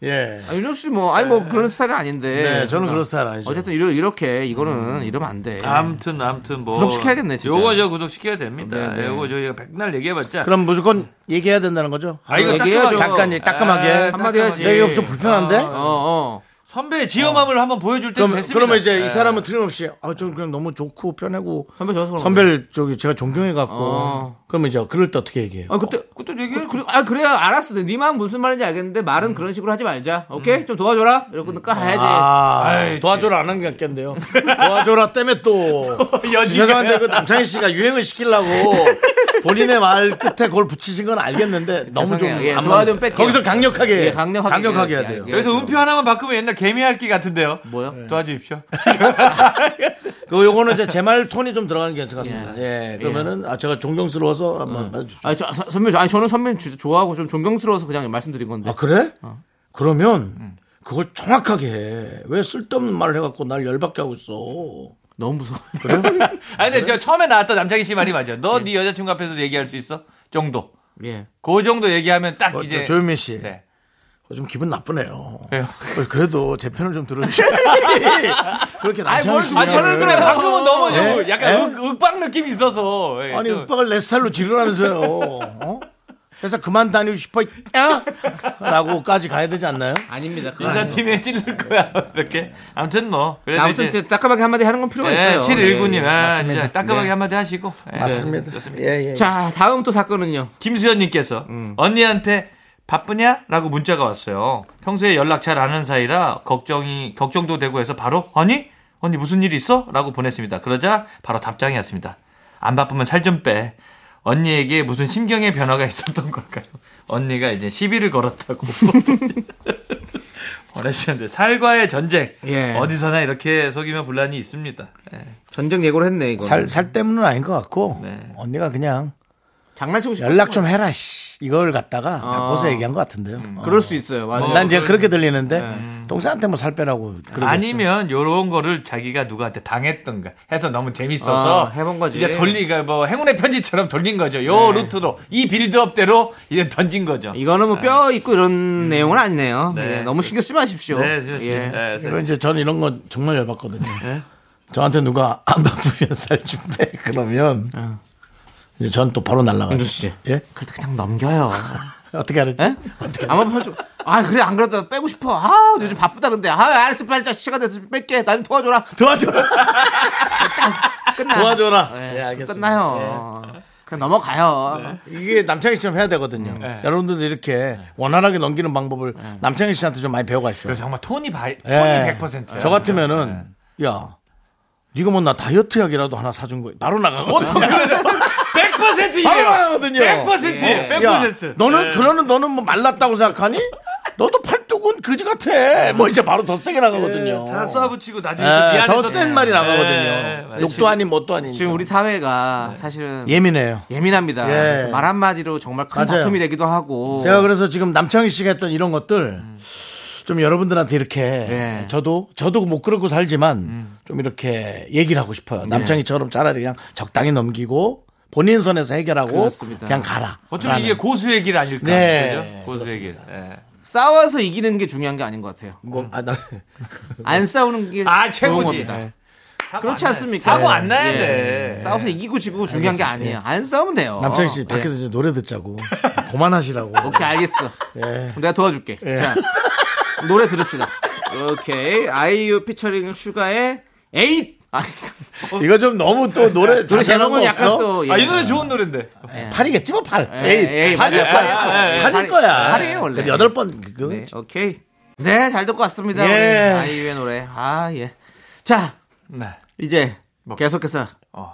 Speaker 5: 예.
Speaker 2: 아, 윤정 씨 뭐, 아니 뭐 그런 스타일은 아닌데.
Speaker 5: 네, 저는 그런 스타일 아니죠. 음.
Speaker 2: 어쨌든 이러- 이렇게 이거는 이러면 안 돼.
Speaker 8: 예. 아무튼 아무튼 뭐
Speaker 2: 구독시켜야겠네, 진짜.
Speaker 8: 요거 저 구독 시켜야 됩니다.
Speaker 2: 네, 네.
Speaker 8: 요거 저희가 백날 얘기해봤자.
Speaker 5: 그럼 무조건 얘기해야 된다는 거죠?
Speaker 8: 아 이거
Speaker 2: 얘기해야죠.
Speaker 8: 따끔하게.
Speaker 5: 잠깐 이 따끔하게
Speaker 8: 아,
Speaker 2: 한마디 해야지.
Speaker 5: 내 이거 좀 불편한데?
Speaker 2: 어, 어.
Speaker 8: 선배의 지엄함을 한번 보여줄 때
Speaker 5: 그럼,
Speaker 8: 됐습니다.
Speaker 5: 그러면 이제
Speaker 2: 네.
Speaker 5: 이 사람은 틀림없이 아, 저는 그냥 너무 좋고 편하고
Speaker 2: 선배 좋아서 그런
Speaker 5: 선배를 저기 제가 존경해갖고
Speaker 2: 어.
Speaker 5: 그러면 이제 그럴 때 어떻게 얘기해요? 음.
Speaker 2: 아, 그때.
Speaker 8: 그때 얘기
Speaker 2: 그, 그- 아, 그래요. 알았어. 네 마음 무슨 말인지 알겠는데 말은 그런 식으로 하지 말자. 오케이? 좀 도와줘라. 이러고니까 해야지.
Speaker 5: 아,
Speaker 8: 아이,
Speaker 5: 도와줘라 안 한 게 낫겠네요. 도와줘라 때문에 또. 죄송한데 그 남창희 씨가 유행을 시키려고 본인의 말 끝에 그걸 붙이신 건 알겠는데 너무 좀.
Speaker 2: 죄송해요. 예,
Speaker 5: 안
Speaker 2: 도와 좀
Speaker 5: 맞-
Speaker 2: 뺄게요.
Speaker 5: 거기서 네. 강력하게.
Speaker 2: 예, 강력하게
Speaker 5: 해야
Speaker 2: 해야지.
Speaker 5: 돼요.
Speaker 2: 예.
Speaker 8: 여기서 음표 하나만 바꾸면 옛날 개미핥기 같은데요.
Speaker 2: 뭐요?
Speaker 8: 도와주십시오.
Speaker 5: 그 요거는 이제 제 말 톤이 좀 들어가는 게 괜찮습니다. 예. 그러면은 아, 제가 존경스러워서
Speaker 2: 어.
Speaker 5: 한번 해주십시오.
Speaker 2: 아니, 저, 서- 선배님, 저- 아니, 저는 선배님 진짜 좋아하고 좀 존경스러워서 그냥 말씀드린 건데.
Speaker 5: 아, 그래? 그러면 그걸 정확하게 해. 왜 쓸데없는 말을 해갖고 날 열받게 하고 있어.
Speaker 2: 너무 무서워.
Speaker 5: 그래요? 예.
Speaker 8: 아니 근데 제가 처음에 나왔던 남창희 씨 말이 맞아. 너 네 여자친구 앞에서 얘기할 수 있어? 정도.
Speaker 2: 예.
Speaker 8: 그 정도 얘기하면 딱
Speaker 5: 어,
Speaker 8: 이제
Speaker 5: 조현민 씨.
Speaker 8: 네.
Speaker 5: 그거 좀 기분 나쁘네요.
Speaker 8: 왜요?
Speaker 5: 어, 그래도 제 편을 좀 들어주셔야지. 그렇게
Speaker 2: 아이,
Speaker 5: 남창희
Speaker 2: 뭘-
Speaker 5: 씨.
Speaker 2: 아니, 저는
Speaker 8: 그래 방금은 너무
Speaker 5: 네?
Speaker 8: 좀
Speaker 5: 네?
Speaker 8: 약간 윽, 박 느낌이 있어서. 예,
Speaker 5: 아니,
Speaker 8: 좀
Speaker 5: 윽박을 내 스타일로 지르라면서요. 어? 회사 그만 다니고 싶어, 야! 라고까지 가야 되지 않나요?
Speaker 2: 아닙니다. 그건 아니에요.
Speaker 8: 인사팀에 찔릴 거야. 이렇게. 아무튼 뭐 그래도
Speaker 2: 아무튼
Speaker 8: 이제
Speaker 2: 이제 따끔하게 한마디 하는 건 필요가
Speaker 8: 예,
Speaker 2: 있어요.
Speaker 8: 719님,
Speaker 2: 예.
Speaker 8: 아, 진짜 따끔하게
Speaker 2: 네.
Speaker 8: 한마디 하시고. 예.
Speaker 5: 맞습니다. 예, 예.
Speaker 2: 자, 다음 또 사건은요.
Speaker 8: 김수현님께서 언니한테 바쁘냐? 라고 문자가 왔어요. 평소에 연락 잘 안 하는 사이라 걱정이, 걱정도 되고 해서 바로, 아니? 언니 무슨 일 있어? 라고 보냈습니다. 그러자 바로 답장이었습니다. 안 바쁘면 살 좀 빼. 언니에게 무슨 심경의 변화가 있었던 걸까요? 언니가 이제 시비를 걸었다고. 보내주셨는데, 살과의 전쟁.
Speaker 2: 예.
Speaker 8: 어디서나 이렇게 속이면 분란이 있습니다. 예.
Speaker 2: 전쟁 예고를 했네, 이거.
Speaker 5: 살, 살 때문은 아닌 것 같고,
Speaker 8: 네.
Speaker 5: 언니가 그냥
Speaker 2: 장난치고 싶어.
Speaker 5: 연락 좀 해라, 씨. 이걸 갖다가 바꿔서 얘기한 것 같은데요. 어.
Speaker 2: 아. 음. 그럴 수 있어요. 맞아요.
Speaker 5: 난 이제 그렇게 들리는데,
Speaker 2: 네.
Speaker 5: 동생한테 뭐 살 빼라고. 그러겠어.
Speaker 8: 아니면 요런 거를 자기가 누구한테 당했던가 해서 너무 재밌어서
Speaker 2: 아, 해본 거지. 네.
Speaker 8: 이제 돌리가 뭐 행운의 편지처럼 돌린 거죠. 요 루트로 이 빌드업대로 이제 던진 거죠.
Speaker 2: 이거는 뭐 뼈 있고 이런 내용은 아니네요.
Speaker 8: 음. 네.
Speaker 2: 예, 너무 신경 쓰지 마십시오.
Speaker 8: 네, 수현 씨.
Speaker 2: 예.
Speaker 8: 네, 수현
Speaker 5: 그리고 이제 저는 이런 건 정말 열받거든요.
Speaker 2: 네.
Speaker 5: 저한테 누가 안 바쁘면 살 좀 빼. 그러면 이제 전 또 바로 날라가요.
Speaker 2: 윤주 어. 씨.
Speaker 5: 예?
Speaker 2: 그래도 그냥 넘겨요.
Speaker 5: 어떻게 알았지?
Speaker 2: 예? 아마 팔좀 아, 그래, 안 그래도 빼고 싶어. 아, 요즘 바쁘다, 근데. 아, 알았어, 빨리 자, 시간 돼서 뺄게. 나 좀 도와줘라.
Speaker 5: 도와줘라.
Speaker 2: 아, 끝나.
Speaker 5: 도와줘라.
Speaker 2: 예,
Speaker 5: 예, 알겠습니다. 예.
Speaker 2: 끝나요. 그냥
Speaker 8: 네.
Speaker 2: 넘어가요.
Speaker 5: 이게 남창희 씨처럼 해야 되거든요.
Speaker 8: 음.
Speaker 5: 여러분들도 이렇게 원활하게 넘기는 방법을 남창희 씨한테 좀 많이 배워가십시오.
Speaker 8: 씨. 음. 정말 톤이 네. 바, 톤이
Speaker 5: 예.
Speaker 8: 100%예요.
Speaker 5: 저 같으면은 야, 네가 뭐 나 다이어트 약이라도 하나 사준 거야. 바로 나가거든. 바로 나가거든요.
Speaker 8: 100%예요.
Speaker 5: 어.
Speaker 8: 100%예요. 네. 100%.
Speaker 5: 야, 너는 그러는 너는 뭐 말랐다고 생각하니? 너도 팔뚝은 그지 같아. 뭐 이제 바로 더 세게 나가거든요.
Speaker 8: 네. 다 쏴붙이고 나중에
Speaker 2: 아.
Speaker 8: 또
Speaker 5: 예,
Speaker 8: 미안해서
Speaker 5: 더센 말이
Speaker 8: 예,
Speaker 5: 나가거든요.
Speaker 8: 맞아요.
Speaker 5: 욕도 아닌 뭣도 아닌.
Speaker 2: 지금 우리
Speaker 8: 네.
Speaker 2: 사회가 사실은
Speaker 5: 예민해요.
Speaker 2: 예민합니다.
Speaker 5: 예.
Speaker 2: 그래서 말 한마디로 정말 큰
Speaker 5: 맞아요.
Speaker 2: 다툼이 되기도 하고.
Speaker 5: 제가 그래서 지금 남창희 씨가 했던 이런 것들 좀 여러분들한테 이렇게
Speaker 2: 예.
Speaker 5: 저도 저도 못 그러고 살지만
Speaker 2: 음.
Speaker 5: 좀 이렇게 얘기를 하고 싶어요.
Speaker 2: 네.
Speaker 5: 남창희처럼 차라리 그냥 적당히 넘기고 본인 선에서 해결하고
Speaker 2: 그렇습니다.
Speaker 5: 그냥 가라.
Speaker 8: 어쩌면 이게 고수의 길 아닐까?
Speaker 5: 네.
Speaker 8: 그죠? 고수의 길. 예.
Speaker 2: 싸워서 이기는 게 중요한 게 아닌 것 같아요.
Speaker 5: 뭐, 아, 나-
Speaker 2: 네. 안 싸우는 게
Speaker 8: 아,
Speaker 2: 좋은
Speaker 8: 최고지.
Speaker 2: 겁니다.
Speaker 8: 사고
Speaker 2: 그렇지
Speaker 8: 안 나요.
Speaker 2: 않습니까?
Speaker 8: 사고
Speaker 2: 예.
Speaker 8: 안 나야
Speaker 2: 예.
Speaker 8: 돼. 예.
Speaker 2: 싸워서 이기고 지고 중요한 게 아니에요. 안 싸우면 돼요.
Speaker 5: 남창희 씨
Speaker 2: 예.
Speaker 5: 밖에서 이제 노래 듣자고 그만하시라고.
Speaker 2: 오케이 알겠어.
Speaker 5: 예.
Speaker 2: 그럼 내가 도와줄게. 자 노래 들읍시다. 오케이 아이유 피처링 슈가의 에잇. 아,
Speaker 5: 이거 좀 너무 또
Speaker 2: 노래
Speaker 5: 노래 자세한 거
Speaker 2: 제목은 약간
Speaker 5: 아, 없어?
Speaker 2: 또. 예.
Speaker 8: 아, 이 노래 좋은 노래인데.
Speaker 2: 네.
Speaker 5: 팔이겠지 뭐 팔.
Speaker 2: 예,
Speaker 5: 에이,
Speaker 2: 에이,
Speaker 5: 팔일
Speaker 2: 맞아요.
Speaker 5: 거야.
Speaker 2: 아, 예, 예.
Speaker 5: 팔일
Speaker 2: 팔이-
Speaker 5: 거야.
Speaker 2: 팔이에요, 원래.
Speaker 5: 그 여덟 번 그거.
Speaker 2: 네, 오케이. 네, 잘 듣고 왔습니다.
Speaker 5: 예.
Speaker 2: 우리 아이유의 노래. 아, 예. 자,
Speaker 8: 네.
Speaker 2: 이제 계속해서 에잇
Speaker 8: 뭐. 어.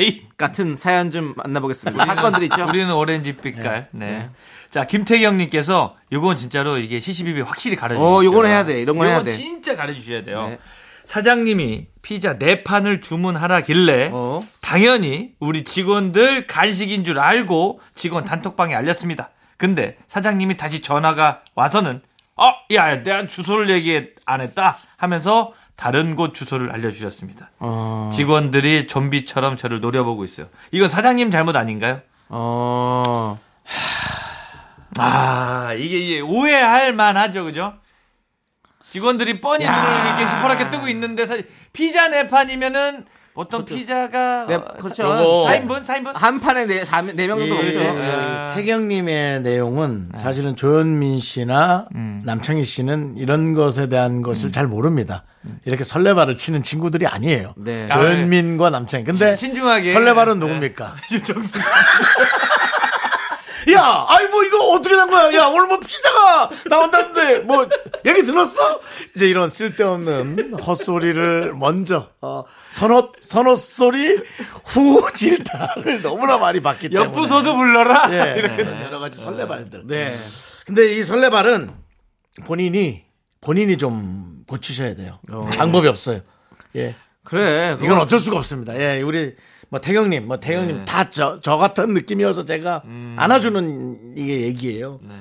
Speaker 8: 에이.
Speaker 2: 같은 사연 좀 만나보겠습니다. 사건들 있죠?
Speaker 8: 우리는 오렌지 빛깔. 네. 자, 김태경님께서 이건 진짜로 이게 시시비비 확실히 가려주세요.
Speaker 2: 어, 요건 해야 돼. 이런 건 해야 돼.
Speaker 8: 진짜 가려주셔야 돼요.
Speaker 2: 네.
Speaker 8: 사장님이 피자 네 판을 주문하라길래
Speaker 2: 어.
Speaker 8: 당연히 우리 직원들 간식인 줄 알고 직원 단톡방에 알렸습니다. 근데 사장님이 다시 전화가 와서는 어, 야, 내가 주소를 얘기 안 했다 하면서 다른 곳 주소를 알려주셨습니다. 직원들이 좀비처럼 저를 노려보고 있어요. 이건 사장님 잘못 아닌가요?
Speaker 2: 어.
Speaker 8: 아 이게, 이게 오해할 만하죠 그죠? 직원들이 뻔히 눈을 이렇게 시퍼렇게 뜨고 있는데 사실 피자 네 판이면은 보통 피자가
Speaker 2: 네,
Speaker 8: 어,
Speaker 2: 그렇죠.
Speaker 8: 요거.
Speaker 2: 네.
Speaker 8: 사인분 사인분
Speaker 2: 한 판에 네, 사, 네명 정도
Speaker 8: 그렇죠.
Speaker 2: 넘죠.
Speaker 5: 예,
Speaker 8: 예.
Speaker 5: 아. 태경님의 내용은 사실은 조현민 씨나
Speaker 8: 음.
Speaker 5: 남창희 씨는 이런 것에 대한 것을 잘 모릅니다.
Speaker 8: 음.
Speaker 5: 이렇게 설레발을 치는 친구들이 아니에요.
Speaker 2: 네.
Speaker 5: 조현민과 남창희. 근데
Speaker 8: 신- 신중하게.
Speaker 5: 설레발은
Speaker 8: 네.
Speaker 5: 누굽니까?
Speaker 8: 유정수
Speaker 5: 야, 아니 뭐 이거 어떻게 된 거야? 야, 오늘 뭐 피자가 나온다는데 뭐 얘기 들었어? 이제 이런 쓸데없는 헛소리를 먼저 어, 선호 선호 소리 후 질타를 너무나 많이 받기 때문에
Speaker 8: 옆부서도 불러라
Speaker 5: 예, 이렇게 여러 가지 설레발들. 네. 근데 이 설레발은 본인이 본인이 좀 고치셔야 돼요. 방법이 없어요. 예.
Speaker 2: 그래.
Speaker 5: 이건 어쩔 수가 없습니다. 예, 우리 뭐 태경님, 뭐 태경님
Speaker 2: 네.
Speaker 5: 다 저 저 같은 느낌이어서 제가
Speaker 2: 음.
Speaker 5: 안아주는 이게 얘기예요.
Speaker 2: 네.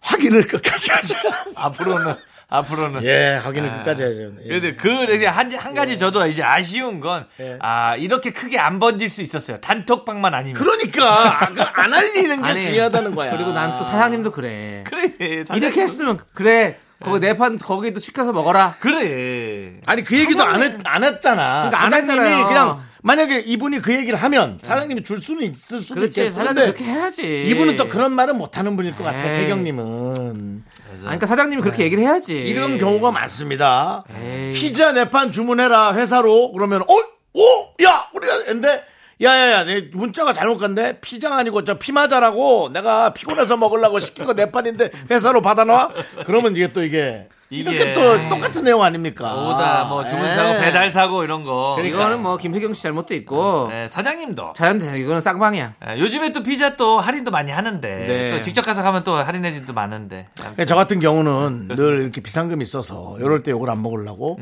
Speaker 5: 확인을 끝까지 하자.
Speaker 2: 아,
Speaker 8: 앞으로는 앞으로는
Speaker 5: 예, 확인을 끝까지 하죠. 예.
Speaker 8: 그래도 그 이제 한, 한
Speaker 2: 예.
Speaker 8: 가지 저도 이제 아쉬운 건 아, 이렇게 크게 안 번질 수 있었어요. 단톡방만 아니면.
Speaker 5: 그러니까 아까 안 알리는 게
Speaker 2: 아니,
Speaker 5: 중요하다는 거야.
Speaker 2: 그리고 난 또 사장님도 그래.
Speaker 8: 그래. 사장님.
Speaker 2: 이렇게 했으면 그래. 그거 네 판 거기도 시켜서 먹어라. 예.
Speaker 8: 그래.
Speaker 5: 아니 그 얘기도 안, 했, 안 했잖아.
Speaker 2: 그러니까 안
Speaker 5: 사장님이
Speaker 2: 했잖아요.
Speaker 5: 그냥 만약에 이분이 그 얘기를 하면 사장님이 줄 수는 있을 수도
Speaker 2: 그렇지.
Speaker 5: 있겠어.
Speaker 2: 사장님 그렇게 해야지.
Speaker 5: 이분은 또 그런 말은 못하는 분일 것 같아.
Speaker 2: 에이.
Speaker 5: 태경님은
Speaker 2: 아니, 그러니까 사장님이 그렇게 얘기를 해야지.
Speaker 8: 예.
Speaker 5: 이런 경우가 많습니다.
Speaker 2: 에이.
Speaker 5: 피자 네판 주문해라 회사로 그러면 어? 어오야 우리가 근데 야야야 내 문자가 잘못 간데 피자 아니고 저 피마자라고 내가 피곤해서 먹으려고 시킨 거 네 판인데 회사로 받아놔 그러면 이게 또 이게 이렇게
Speaker 8: 이게
Speaker 5: 또 똑같은 내용 아닙니까?
Speaker 8: 오다 뭐 주문 사고
Speaker 2: 예.
Speaker 5: 에이.
Speaker 8: 배달 사고 이런 거.
Speaker 2: 이거는 뭐 김태경 씨 잘못도 있고
Speaker 8: 네, 사장님도
Speaker 2: 자연대 이거는 쌍방이야.
Speaker 8: 예, 요즘에 또 피자 또 할인도 많이 하는데
Speaker 2: 네.
Speaker 8: 또 직접 가서 가면 또 할인해진도 많은데
Speaker 5: 예, 저 같은 경우는 늘 이렇게 비상금이 있어서 이럴 때 욕을 안 먹으려고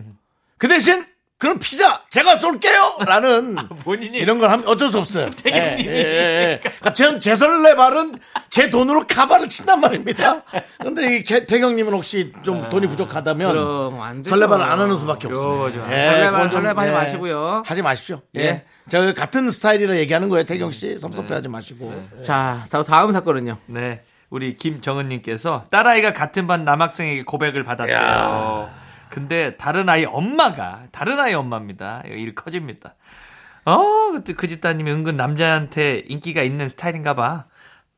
Speaker 5: 그 대신 그럼 피자 제가 쏠게요 라는
Speaker 8: 아, 본인이?
Speaker 5: 이런 걸 하면 어쩔 수 없어요 예, 대리님이 그러니까 제, 제 설레발은 제 돈으로 카바를 친단 말입니다 근데 이 개- 태경님은 혹시 좀 돈이
Speaker 2: 아, 그럼 안
Speaker 5: 부족하다면
Speaker 2: 되죠.
Speaker 5: 설레발을 안 하는 수밖에 없어요 예,
Speaker 2: 설레발,
Speaker 5: 그건 좀,
Speaker 2: 설레발 하지 마시고요.
Speaker 5: 하지 마십시오 예.
Speaker 2: 예. 음. 네.
Speaker 5: 저 같은 스타일이라 얘기하는 거예요 태경씨 섭섭해하지 마시고
Speaker 2: 자, 다- 다음 사건은요.
Speaker 8: 네 우리 김정은님께서 딸아이가 같은 반 남학생에게 고백을 받았대요. 근데 다른 아이 엄마가 다른 아이 엄마입니다. 일 커집니다. 어, 그때 그 집따님이 은근 남자한테 인기가 있는 스타일인가 봐.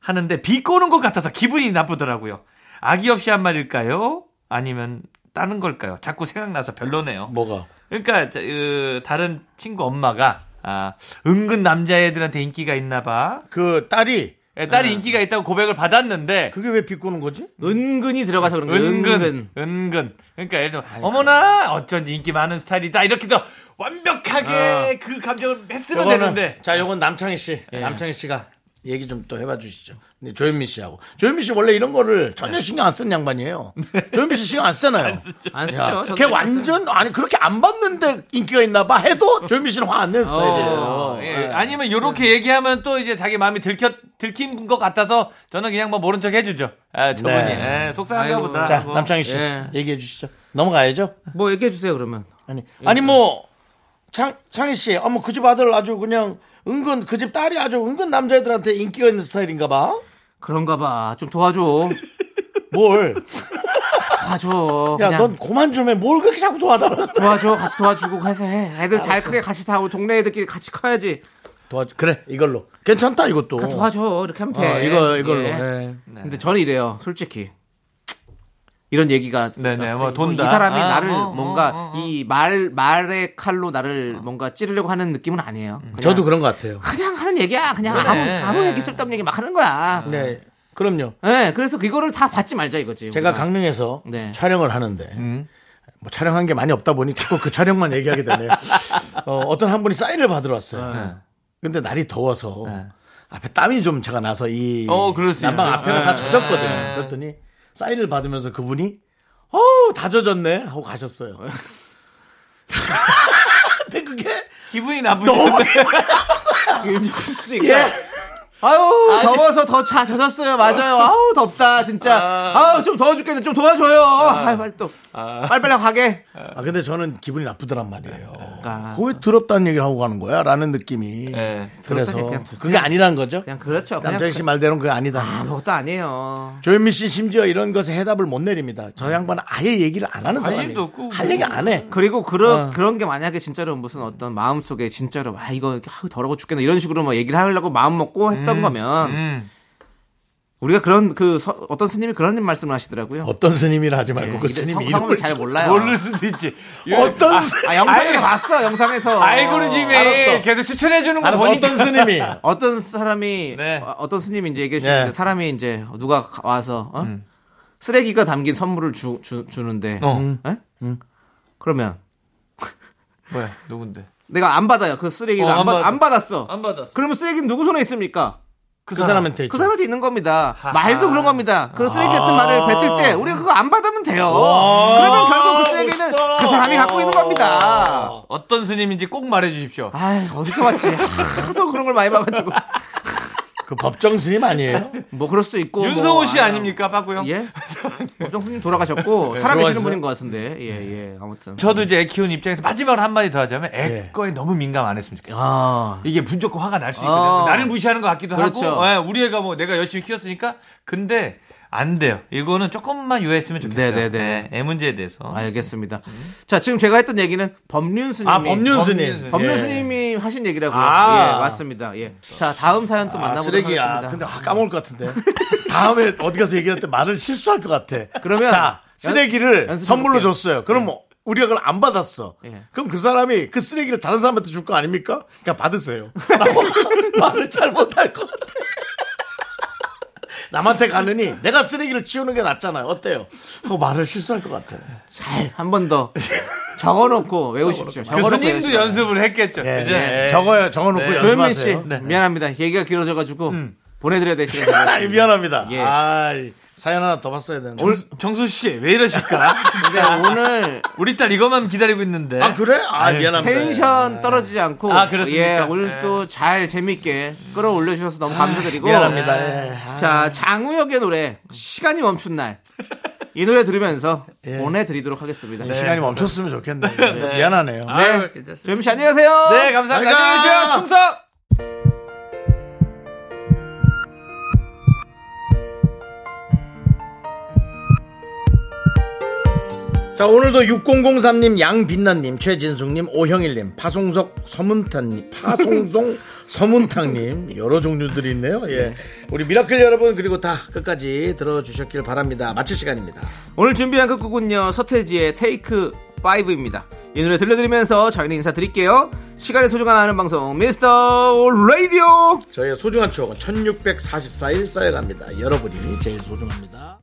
Speaker 8: 하는데 비꼬는 것 같아서 기분이 나쁘더라고요. 아기 없이 한 말일까요? 아니면 다른 걸까요? 자꾸 생각나서 별로네요.
Speaker 5: 뭐가?
Speaker 8: 그러니까 자, 으, 다른 친구 엄마가 아, 은근 남자애들한테 인기가 있나 봐.
Speaker 5: 그 딸이
Speaker 8: 예, 딸이
Speaker 5: 네.
Speaker 8: 인기가 있다고 고백을 받았는데
Speaker 5: 그게 왜 비꼬는 거지?
Speaker 2: 은근히 들어가서 그런 거.
Speaker 8: 은근 은근 그러니까 예를 들어 어머나 어쩐지 인기 많은 스타일이다 이렇게도 완벽하게 그 감정을 뺏으면
Speaker 5: 요거는-
Speaker 8: 되는데
Speaker 5: 자, 요건 남창희 씨.
Speaker 2: 예.
Speaker 5: 남창희 씨가 얘기 좀 또 해봐 주시죠. 근데 조현민 씨하고. 조현민 씨 원래 이런 거를 전혀 신경 안 쓰는 양반이에요. 조현민 씨 신경 안 쓰잖아요.
Speaker 2: 네. 안 쓰죠.
Speaker 5: 야,
Speaker 2: 저도
Speaker 5: 걔
Speaker 2: 안 써요.
Speaker 5: 완전 아니 그렇게 안 봤는데 인기가 있나 봐 해도 조현민 씨는 화 안 낸 스타일이에요.
Speaker 8: 어, 예. 아니면 요렇게 얘기하면 또 이제 자기 마음이 들켰 들킨 것 같아서 저는 그냥 뭐 모른 척 해주죠. 아, 저분이
Speaker 5: 네.
Speaker 8: 예, 속상한가
Speaker 2: 아이고.
Speaker 8: 보다.
Speaker 5: 자,
Speaker 8: 하고.
Speaker 5: 남창희 씨
Speaker 2: 예.
Speaker 5: 얘기해 주시죠. 넘어가야죠.
Speaker 2: 뭐 얘기해 주세요, 그러면.
Speaker 5: 아니,
Speaker 2: 예.
Speaker 5: 아니 뭐 창, 창희 씨, 어머 그 집 아들 아주 그냥 은근 그 집 딸이 아주 은근 남자애들한테 인기가 있는 스타일인가 봐.
Speaker 2: 그런가 봐. 좀 도와줘.
Speaker 5: 뭘?
Speaker 2: 도와줘.
Speaker 5: 야,
Speaker 2: 그냥
Speaker 5: 넌 그만 좀 해. 뭘 그렇게 자꾸 도와달라.
Speaker 2: 도와줘. 같이 도와주고 해서 해. 애들 잘 크게 같이 다 우리 동네 애들끼리 같이 커야지.
Speaker 5: 도와줘. 그래, 이걸로. 괜찮다, 이것도.
Speaker 2: 다 그러니까 도와줘. 이렇게 하면 돼.
Speaker 5: 어, 이거, 이걸로.
Speaker 2: 예.
Speaker 5: 예.
Speaker 2: 근데 저는 이래요. 솔직히. 이런 얘기가
Speaker 8: 네네,
Speaker 2: 나왔을
Speaker 8: 뭐
Speaker 2: 때
Speaker 8: 돈다.
Speaker 2: 이 사람이
Speaker 8: 아,
Speaker 2: 나를
Speaker 8: 뭐, 뭐,
Speaker 2: 뭔가
Speaker 8: 어, 어.
Speaker 2: 이 말 말의 칼로 나를 뭔가 찌르려고 하는 느낌은 아니에요. 그냥,
Speaker 5: 저도 그런 것 같아요.
Speaker 2: 그냥 하는 얘기야. 그냥
Speaker 8: 그래.
Speaker 2: 아무 아무 얘기 쓸데없는 얘기 막 하는 거야. 네.
Speaker 5: 네. 그럼요.
Speaker 2: 그래서 그거를 다 받지 말자 이거지.
Speaker 5: 제가
Speaker 2: 우리가.
Speaker 5: 강릉에서
Speaker 2: 네.
Speaker 5: 촬영을 하는데
Speaker 8: 음.
Speaker 5: 뭐 촬영한 게 많이 없다 보니 자꾸 그 촬영만 얘기하게 되네요. 어, 떤한 분이 사인을 받으러 왔어요.
Speaker 8: 네.
Speaker 5: 근데 날이 더워서 앞에 땀이 좀 제가 나서 이
Speaker 8: 어, 그럴 수
Speaker 5: 난방
Speaker 8: 있죠.
Speaker 5: 앞에가 다
Speaker 8: 네.
Speaker 5: 젖었거든요.
Speaker 8: 네.
Speaker 5: 그랬더니 사인을 받으면서 그분이 어우 다 젖었네 하고 가셨어요. 근데 그게
Speaker 8: 기분이 나쁘죠.
Speaker 2: 윤종신 씨.
Speaker 5: 예.
Speaker 2: 아유 더워서 더 차 젖었어요. 맞아요. 아우 덥다 진짜. 아우 좀 더워 죽겠는데 좀 도와줘요. 아, 유 빨리 또 빨리빨리 가게.
Speaker 5: 아 근데 저는 기분이 나쁘더란 말이에요.
Speaker 2: 아.
Speaker 5: 그왜 더럽다는 얘기를 하고 가는 거야? 라는 느낌이.
Speaker 8: 네.
Speaker 5: 그래서
Speaker 2: 그렇다니, 그냥 두-
Speaker 5: 그게 아니란 거죠.
Speaker 2: 그냥 그렇죠. 그냥
Speaker 5: 남창희 씨 말대로는 그게 아니다.
Speaker 2: 아무것도 뭐. 아니에요.
Speaker 5: 조현미 씨 심지어 이런 것에 해답을 못 내립니다. 저 양반은 아예 얘기를 안 하는
Speaker 8: 관심도
Speaker 5: 사람이에요.
Speaker 8: 없고.
Speaker 5: 할 얘기 안 해.
Speaker 2: 그리고
Speaker 8: 어.
Speaker 2: 그런 그런 게 만약에 진짜로 무슨 어떤 마음 속에 진짜로 아 이거 아우, 더러워 죽겠네 이런 식으로 막 얘기를 하려고 마음 먹고 했던 거면
Speaker 8: 음.
Speaker 2: 우리가 그런 그 서- 어떤 스님이 그런 말씀을 하시더라고요.
Speaker 5: 어떤 스님이라 하지 말고
Speaker 2: 예,
Speaker 5: 그
Speaker 2: 이제 성-
Speaker 5: 스님이
Speaker 2: 성함을
Speaker 5: 이름을
Speaker 2: 잘 몰라요.
Speaker 8: 모를 수도 있지.
Speaker 5: 어떤 스님
Speaker 2: 아 영상에서 봤어 영상에서
Speaker 8: 알고리즘이
Speaker 5: 알았어.
Speaker 8: 계속 추천해 주는 거
Speaker 5: 알아서
Speaker 8: 보니까.
Speaker 5: 어떤 스님이
Speaker 2: 어떤 사람이
Speaker 8: 네.
Speaker 2: 어, 어떤 스님이 이제 얘기해 주는데
Speaker 5: 예.
Speaker 2: 사람이 이제 누가 가- 와서 어? 쓰레기가 담긴 선물을 주, 주, 주는데
Speaker 8: 음. 어.
Speaker 2: 예? 그러면
Speaker 8: 뭐야? 누군데?
Speaker 2: 내가 안 받아요 그 쓰레기를
Speaker 8: 어,
Speaker 2: 안,
Speaker 8: 안
Speaker 2: 받,
Speaker 8: 받아.
Speaker 2: 안 받았어
Speaker 8: 안 받았어.
Speaker 2: 그러면 쓰레기는 누구 손에 있습니까
Speaker 5: 그 사람한테
Speaker 2: 그
Speaker 5: 있죠. 아.
Speaker 2: 사람한테 있는 겁니다 말도 그런 겁니다 그런 쓰레기 같은 말을 뱉을 때 우리가 그거 안 받으면 돼요 그러면 결국 그 쓰레기는
Speaker 5: 멋있다.
Speaker 2: 그 사람이 갖고 있는 겁니다
Speaker 8: 어떤 스님인지 꼭 말해 주십시오.
Speaker 2: 아 어디서 봤지 하도 그런 걸 많이 봐가지고
Speaker 5: 그 법정 스님 아니에요?
Speaker 2: 뭐 그럴 수도 있고
Speaker 8: 윤성호
Speaker 2: 뭐,
Speaker 8: 씨
Speaker 2: 아유.
Speaker 8: 아닙니까, 빠꾸형?
Speaker 2: 예? 법정스님 돌아가셨고 살아계시는
Speaker 5: 돌아가셨어요?
Speaker 2: 분인 것 같은데
Speaker 5: 네.
Speaker 2: 예예 아무튼
Speaker 8: 저도 이제 애 키우는 입장에서 마지막으로 한마디 더 하자면 애
Speaker 5: 예.
Speaker 8: 거에 너무 민감 안 했으면 좋겠어요.
Speaker 2: 아
Speaker 8: 이게 무조건 화가 날 수 있거든요.
Speaker 2: 어.
Speaker 8: 나를 무시하는 것 같기도
Speaker 2: 그렇죠.
Speaker 8: 하고, 예, 우리 애가 뭐 내가 열심히 키웠으니까, 근데 안 돼요. 이거는 조금만 유예했으면 좋겠어요.
Speaker 2: 네네네.
Speaker 8: 예, 애 문제에 대해서.
Speaker 2: 알겠습니다 자 지금 제가 했던 얘기는 법륜스님이
Speaker 5: 아 법륜 스님.
Speaker 8: 법륜
Speaker 5: 예.
Speaker 2: 법륜스님이 하신 얘기라고요
Speaker 5: 아.
Speaker 2: 예 맞습니다 예자 다음 사연 또
Speaker 5: 아,
Speaker 2: 만나보도록
Speaker 5: 쓰레기야.
Speaker 2: 하겠습니다
Speaker 5: 근데 아, 까먹을 것 같은데. 다음에 어디 가서 얘기할 때 말을 실수할 것 같아.
Speaker 2: 그러면
Speaker 5: 자,
Speaker 2: 연-
Speaker 5: 쓰레기를
Speaker 2: 연습해볼게요.
Speaker 5: 선물로 줬어요. 그럼 뭐 우리가 그걸 안 받았어.
Speaker 2: 예.
Speaker 5: 그럼 그 사람이 그 쓰레기를 다른 사람한테 줄 거 아닙니까? 그냥 받으세요. 라고 말을 잘 못할 것 같아. 남한테 가느니 내가 쓰레기를 치우는 게 낫잖아요. 어때요? 하고 말을 실수할 것 같아.
Speaker 2: 잘 한 번 더 적어놓고 외우십시오
Speaker 5: 그
Speaker 8: 교수님도
Speaker 2: 외우십시오.
Speaker 8: 그 연습을 했겠죠.
Speaker 2: 네,
Speaker 5: 예,
Speaker 8: 그죠?
Speaker 5: 예.
Speaker 8: 예.
Speaker 5: 적어요. 적어놓고
Speaker 8: 네.
Speaker 2: 조현민 씨
Speaker 5: 연습하세요. 음.
Speaker 2: 미안합니다 얘기가 길어져가지고 보내드려야 될 시간이
Speaker 5: 아,
Speaker 2: 됐습니다.
Speaker 5: 미안합니다.
Speaker 2: 예.
Speaker 5: 아이, 사연 하나 더 봤어야 되는데.
Speaker 8: 오늘 정수 씨 왜 이러실까?
Speaker 2: 근데
Speaker 8: 진짜
Speaker 2: 그러니까 오늘
Speaker 8: 우리 딸 이것만 기다리고 있는데.
Speaker 5: 아 그래? 아 미안합니다. 네.
Speaker 2: 텐션 떨어지지 않고
Speaker 8: 아, 그렇습니까?
Speaker 2: 예, 오늘
Speaker 8: 예.
Speaker 2: 또 잘 재밌게 끌어올려 주셔서 너무 감사드리고
Speaker 5: 아, 미안합니다. 예.
Speaker 2: 자, 장우혁의 노래 시간이 멈춘 날. 이 노래 들으면서 보내 드리도록 하겠습니다. 네.
Speaker 5: 이 예. 네, 시간이 멈췄으면 좋겠네요. 미안하네요.
Speaker 8: 아유, 괜찮습니다.
Speaker 2: 조미 씨 안녕하세요.
Speaker 8: 네,
Speaker 5: 잘
Speaker 8: 감사합니다.
Speaker 5: 가.
Speaker 8: 안녕히 계세요. 충성!
Speaker 5: 자 오늘도 6003님, 양빛나님, 최진숙님, 오형일님, 파송석 서문탄님, 파송송 서문탕님 여러 종류들이 있네요. 예, 우리 미라클 여러분 그리고 다 끝까지 들어주셨길 바랍니다. 마칠 시간입니다.
Speaker 2: 오늘 준비한 그 끝곡은요. 서태지의 테이크 5입니다. 이 노래 들려드리면서 저희는 인사드릴게요. 시간의 소중함 아는 방송 미스터 라디오.
Speaker 5: 저희의 소중한 추억은 1644일 쌓여갑니다. 여러분이 제일 소중합니다.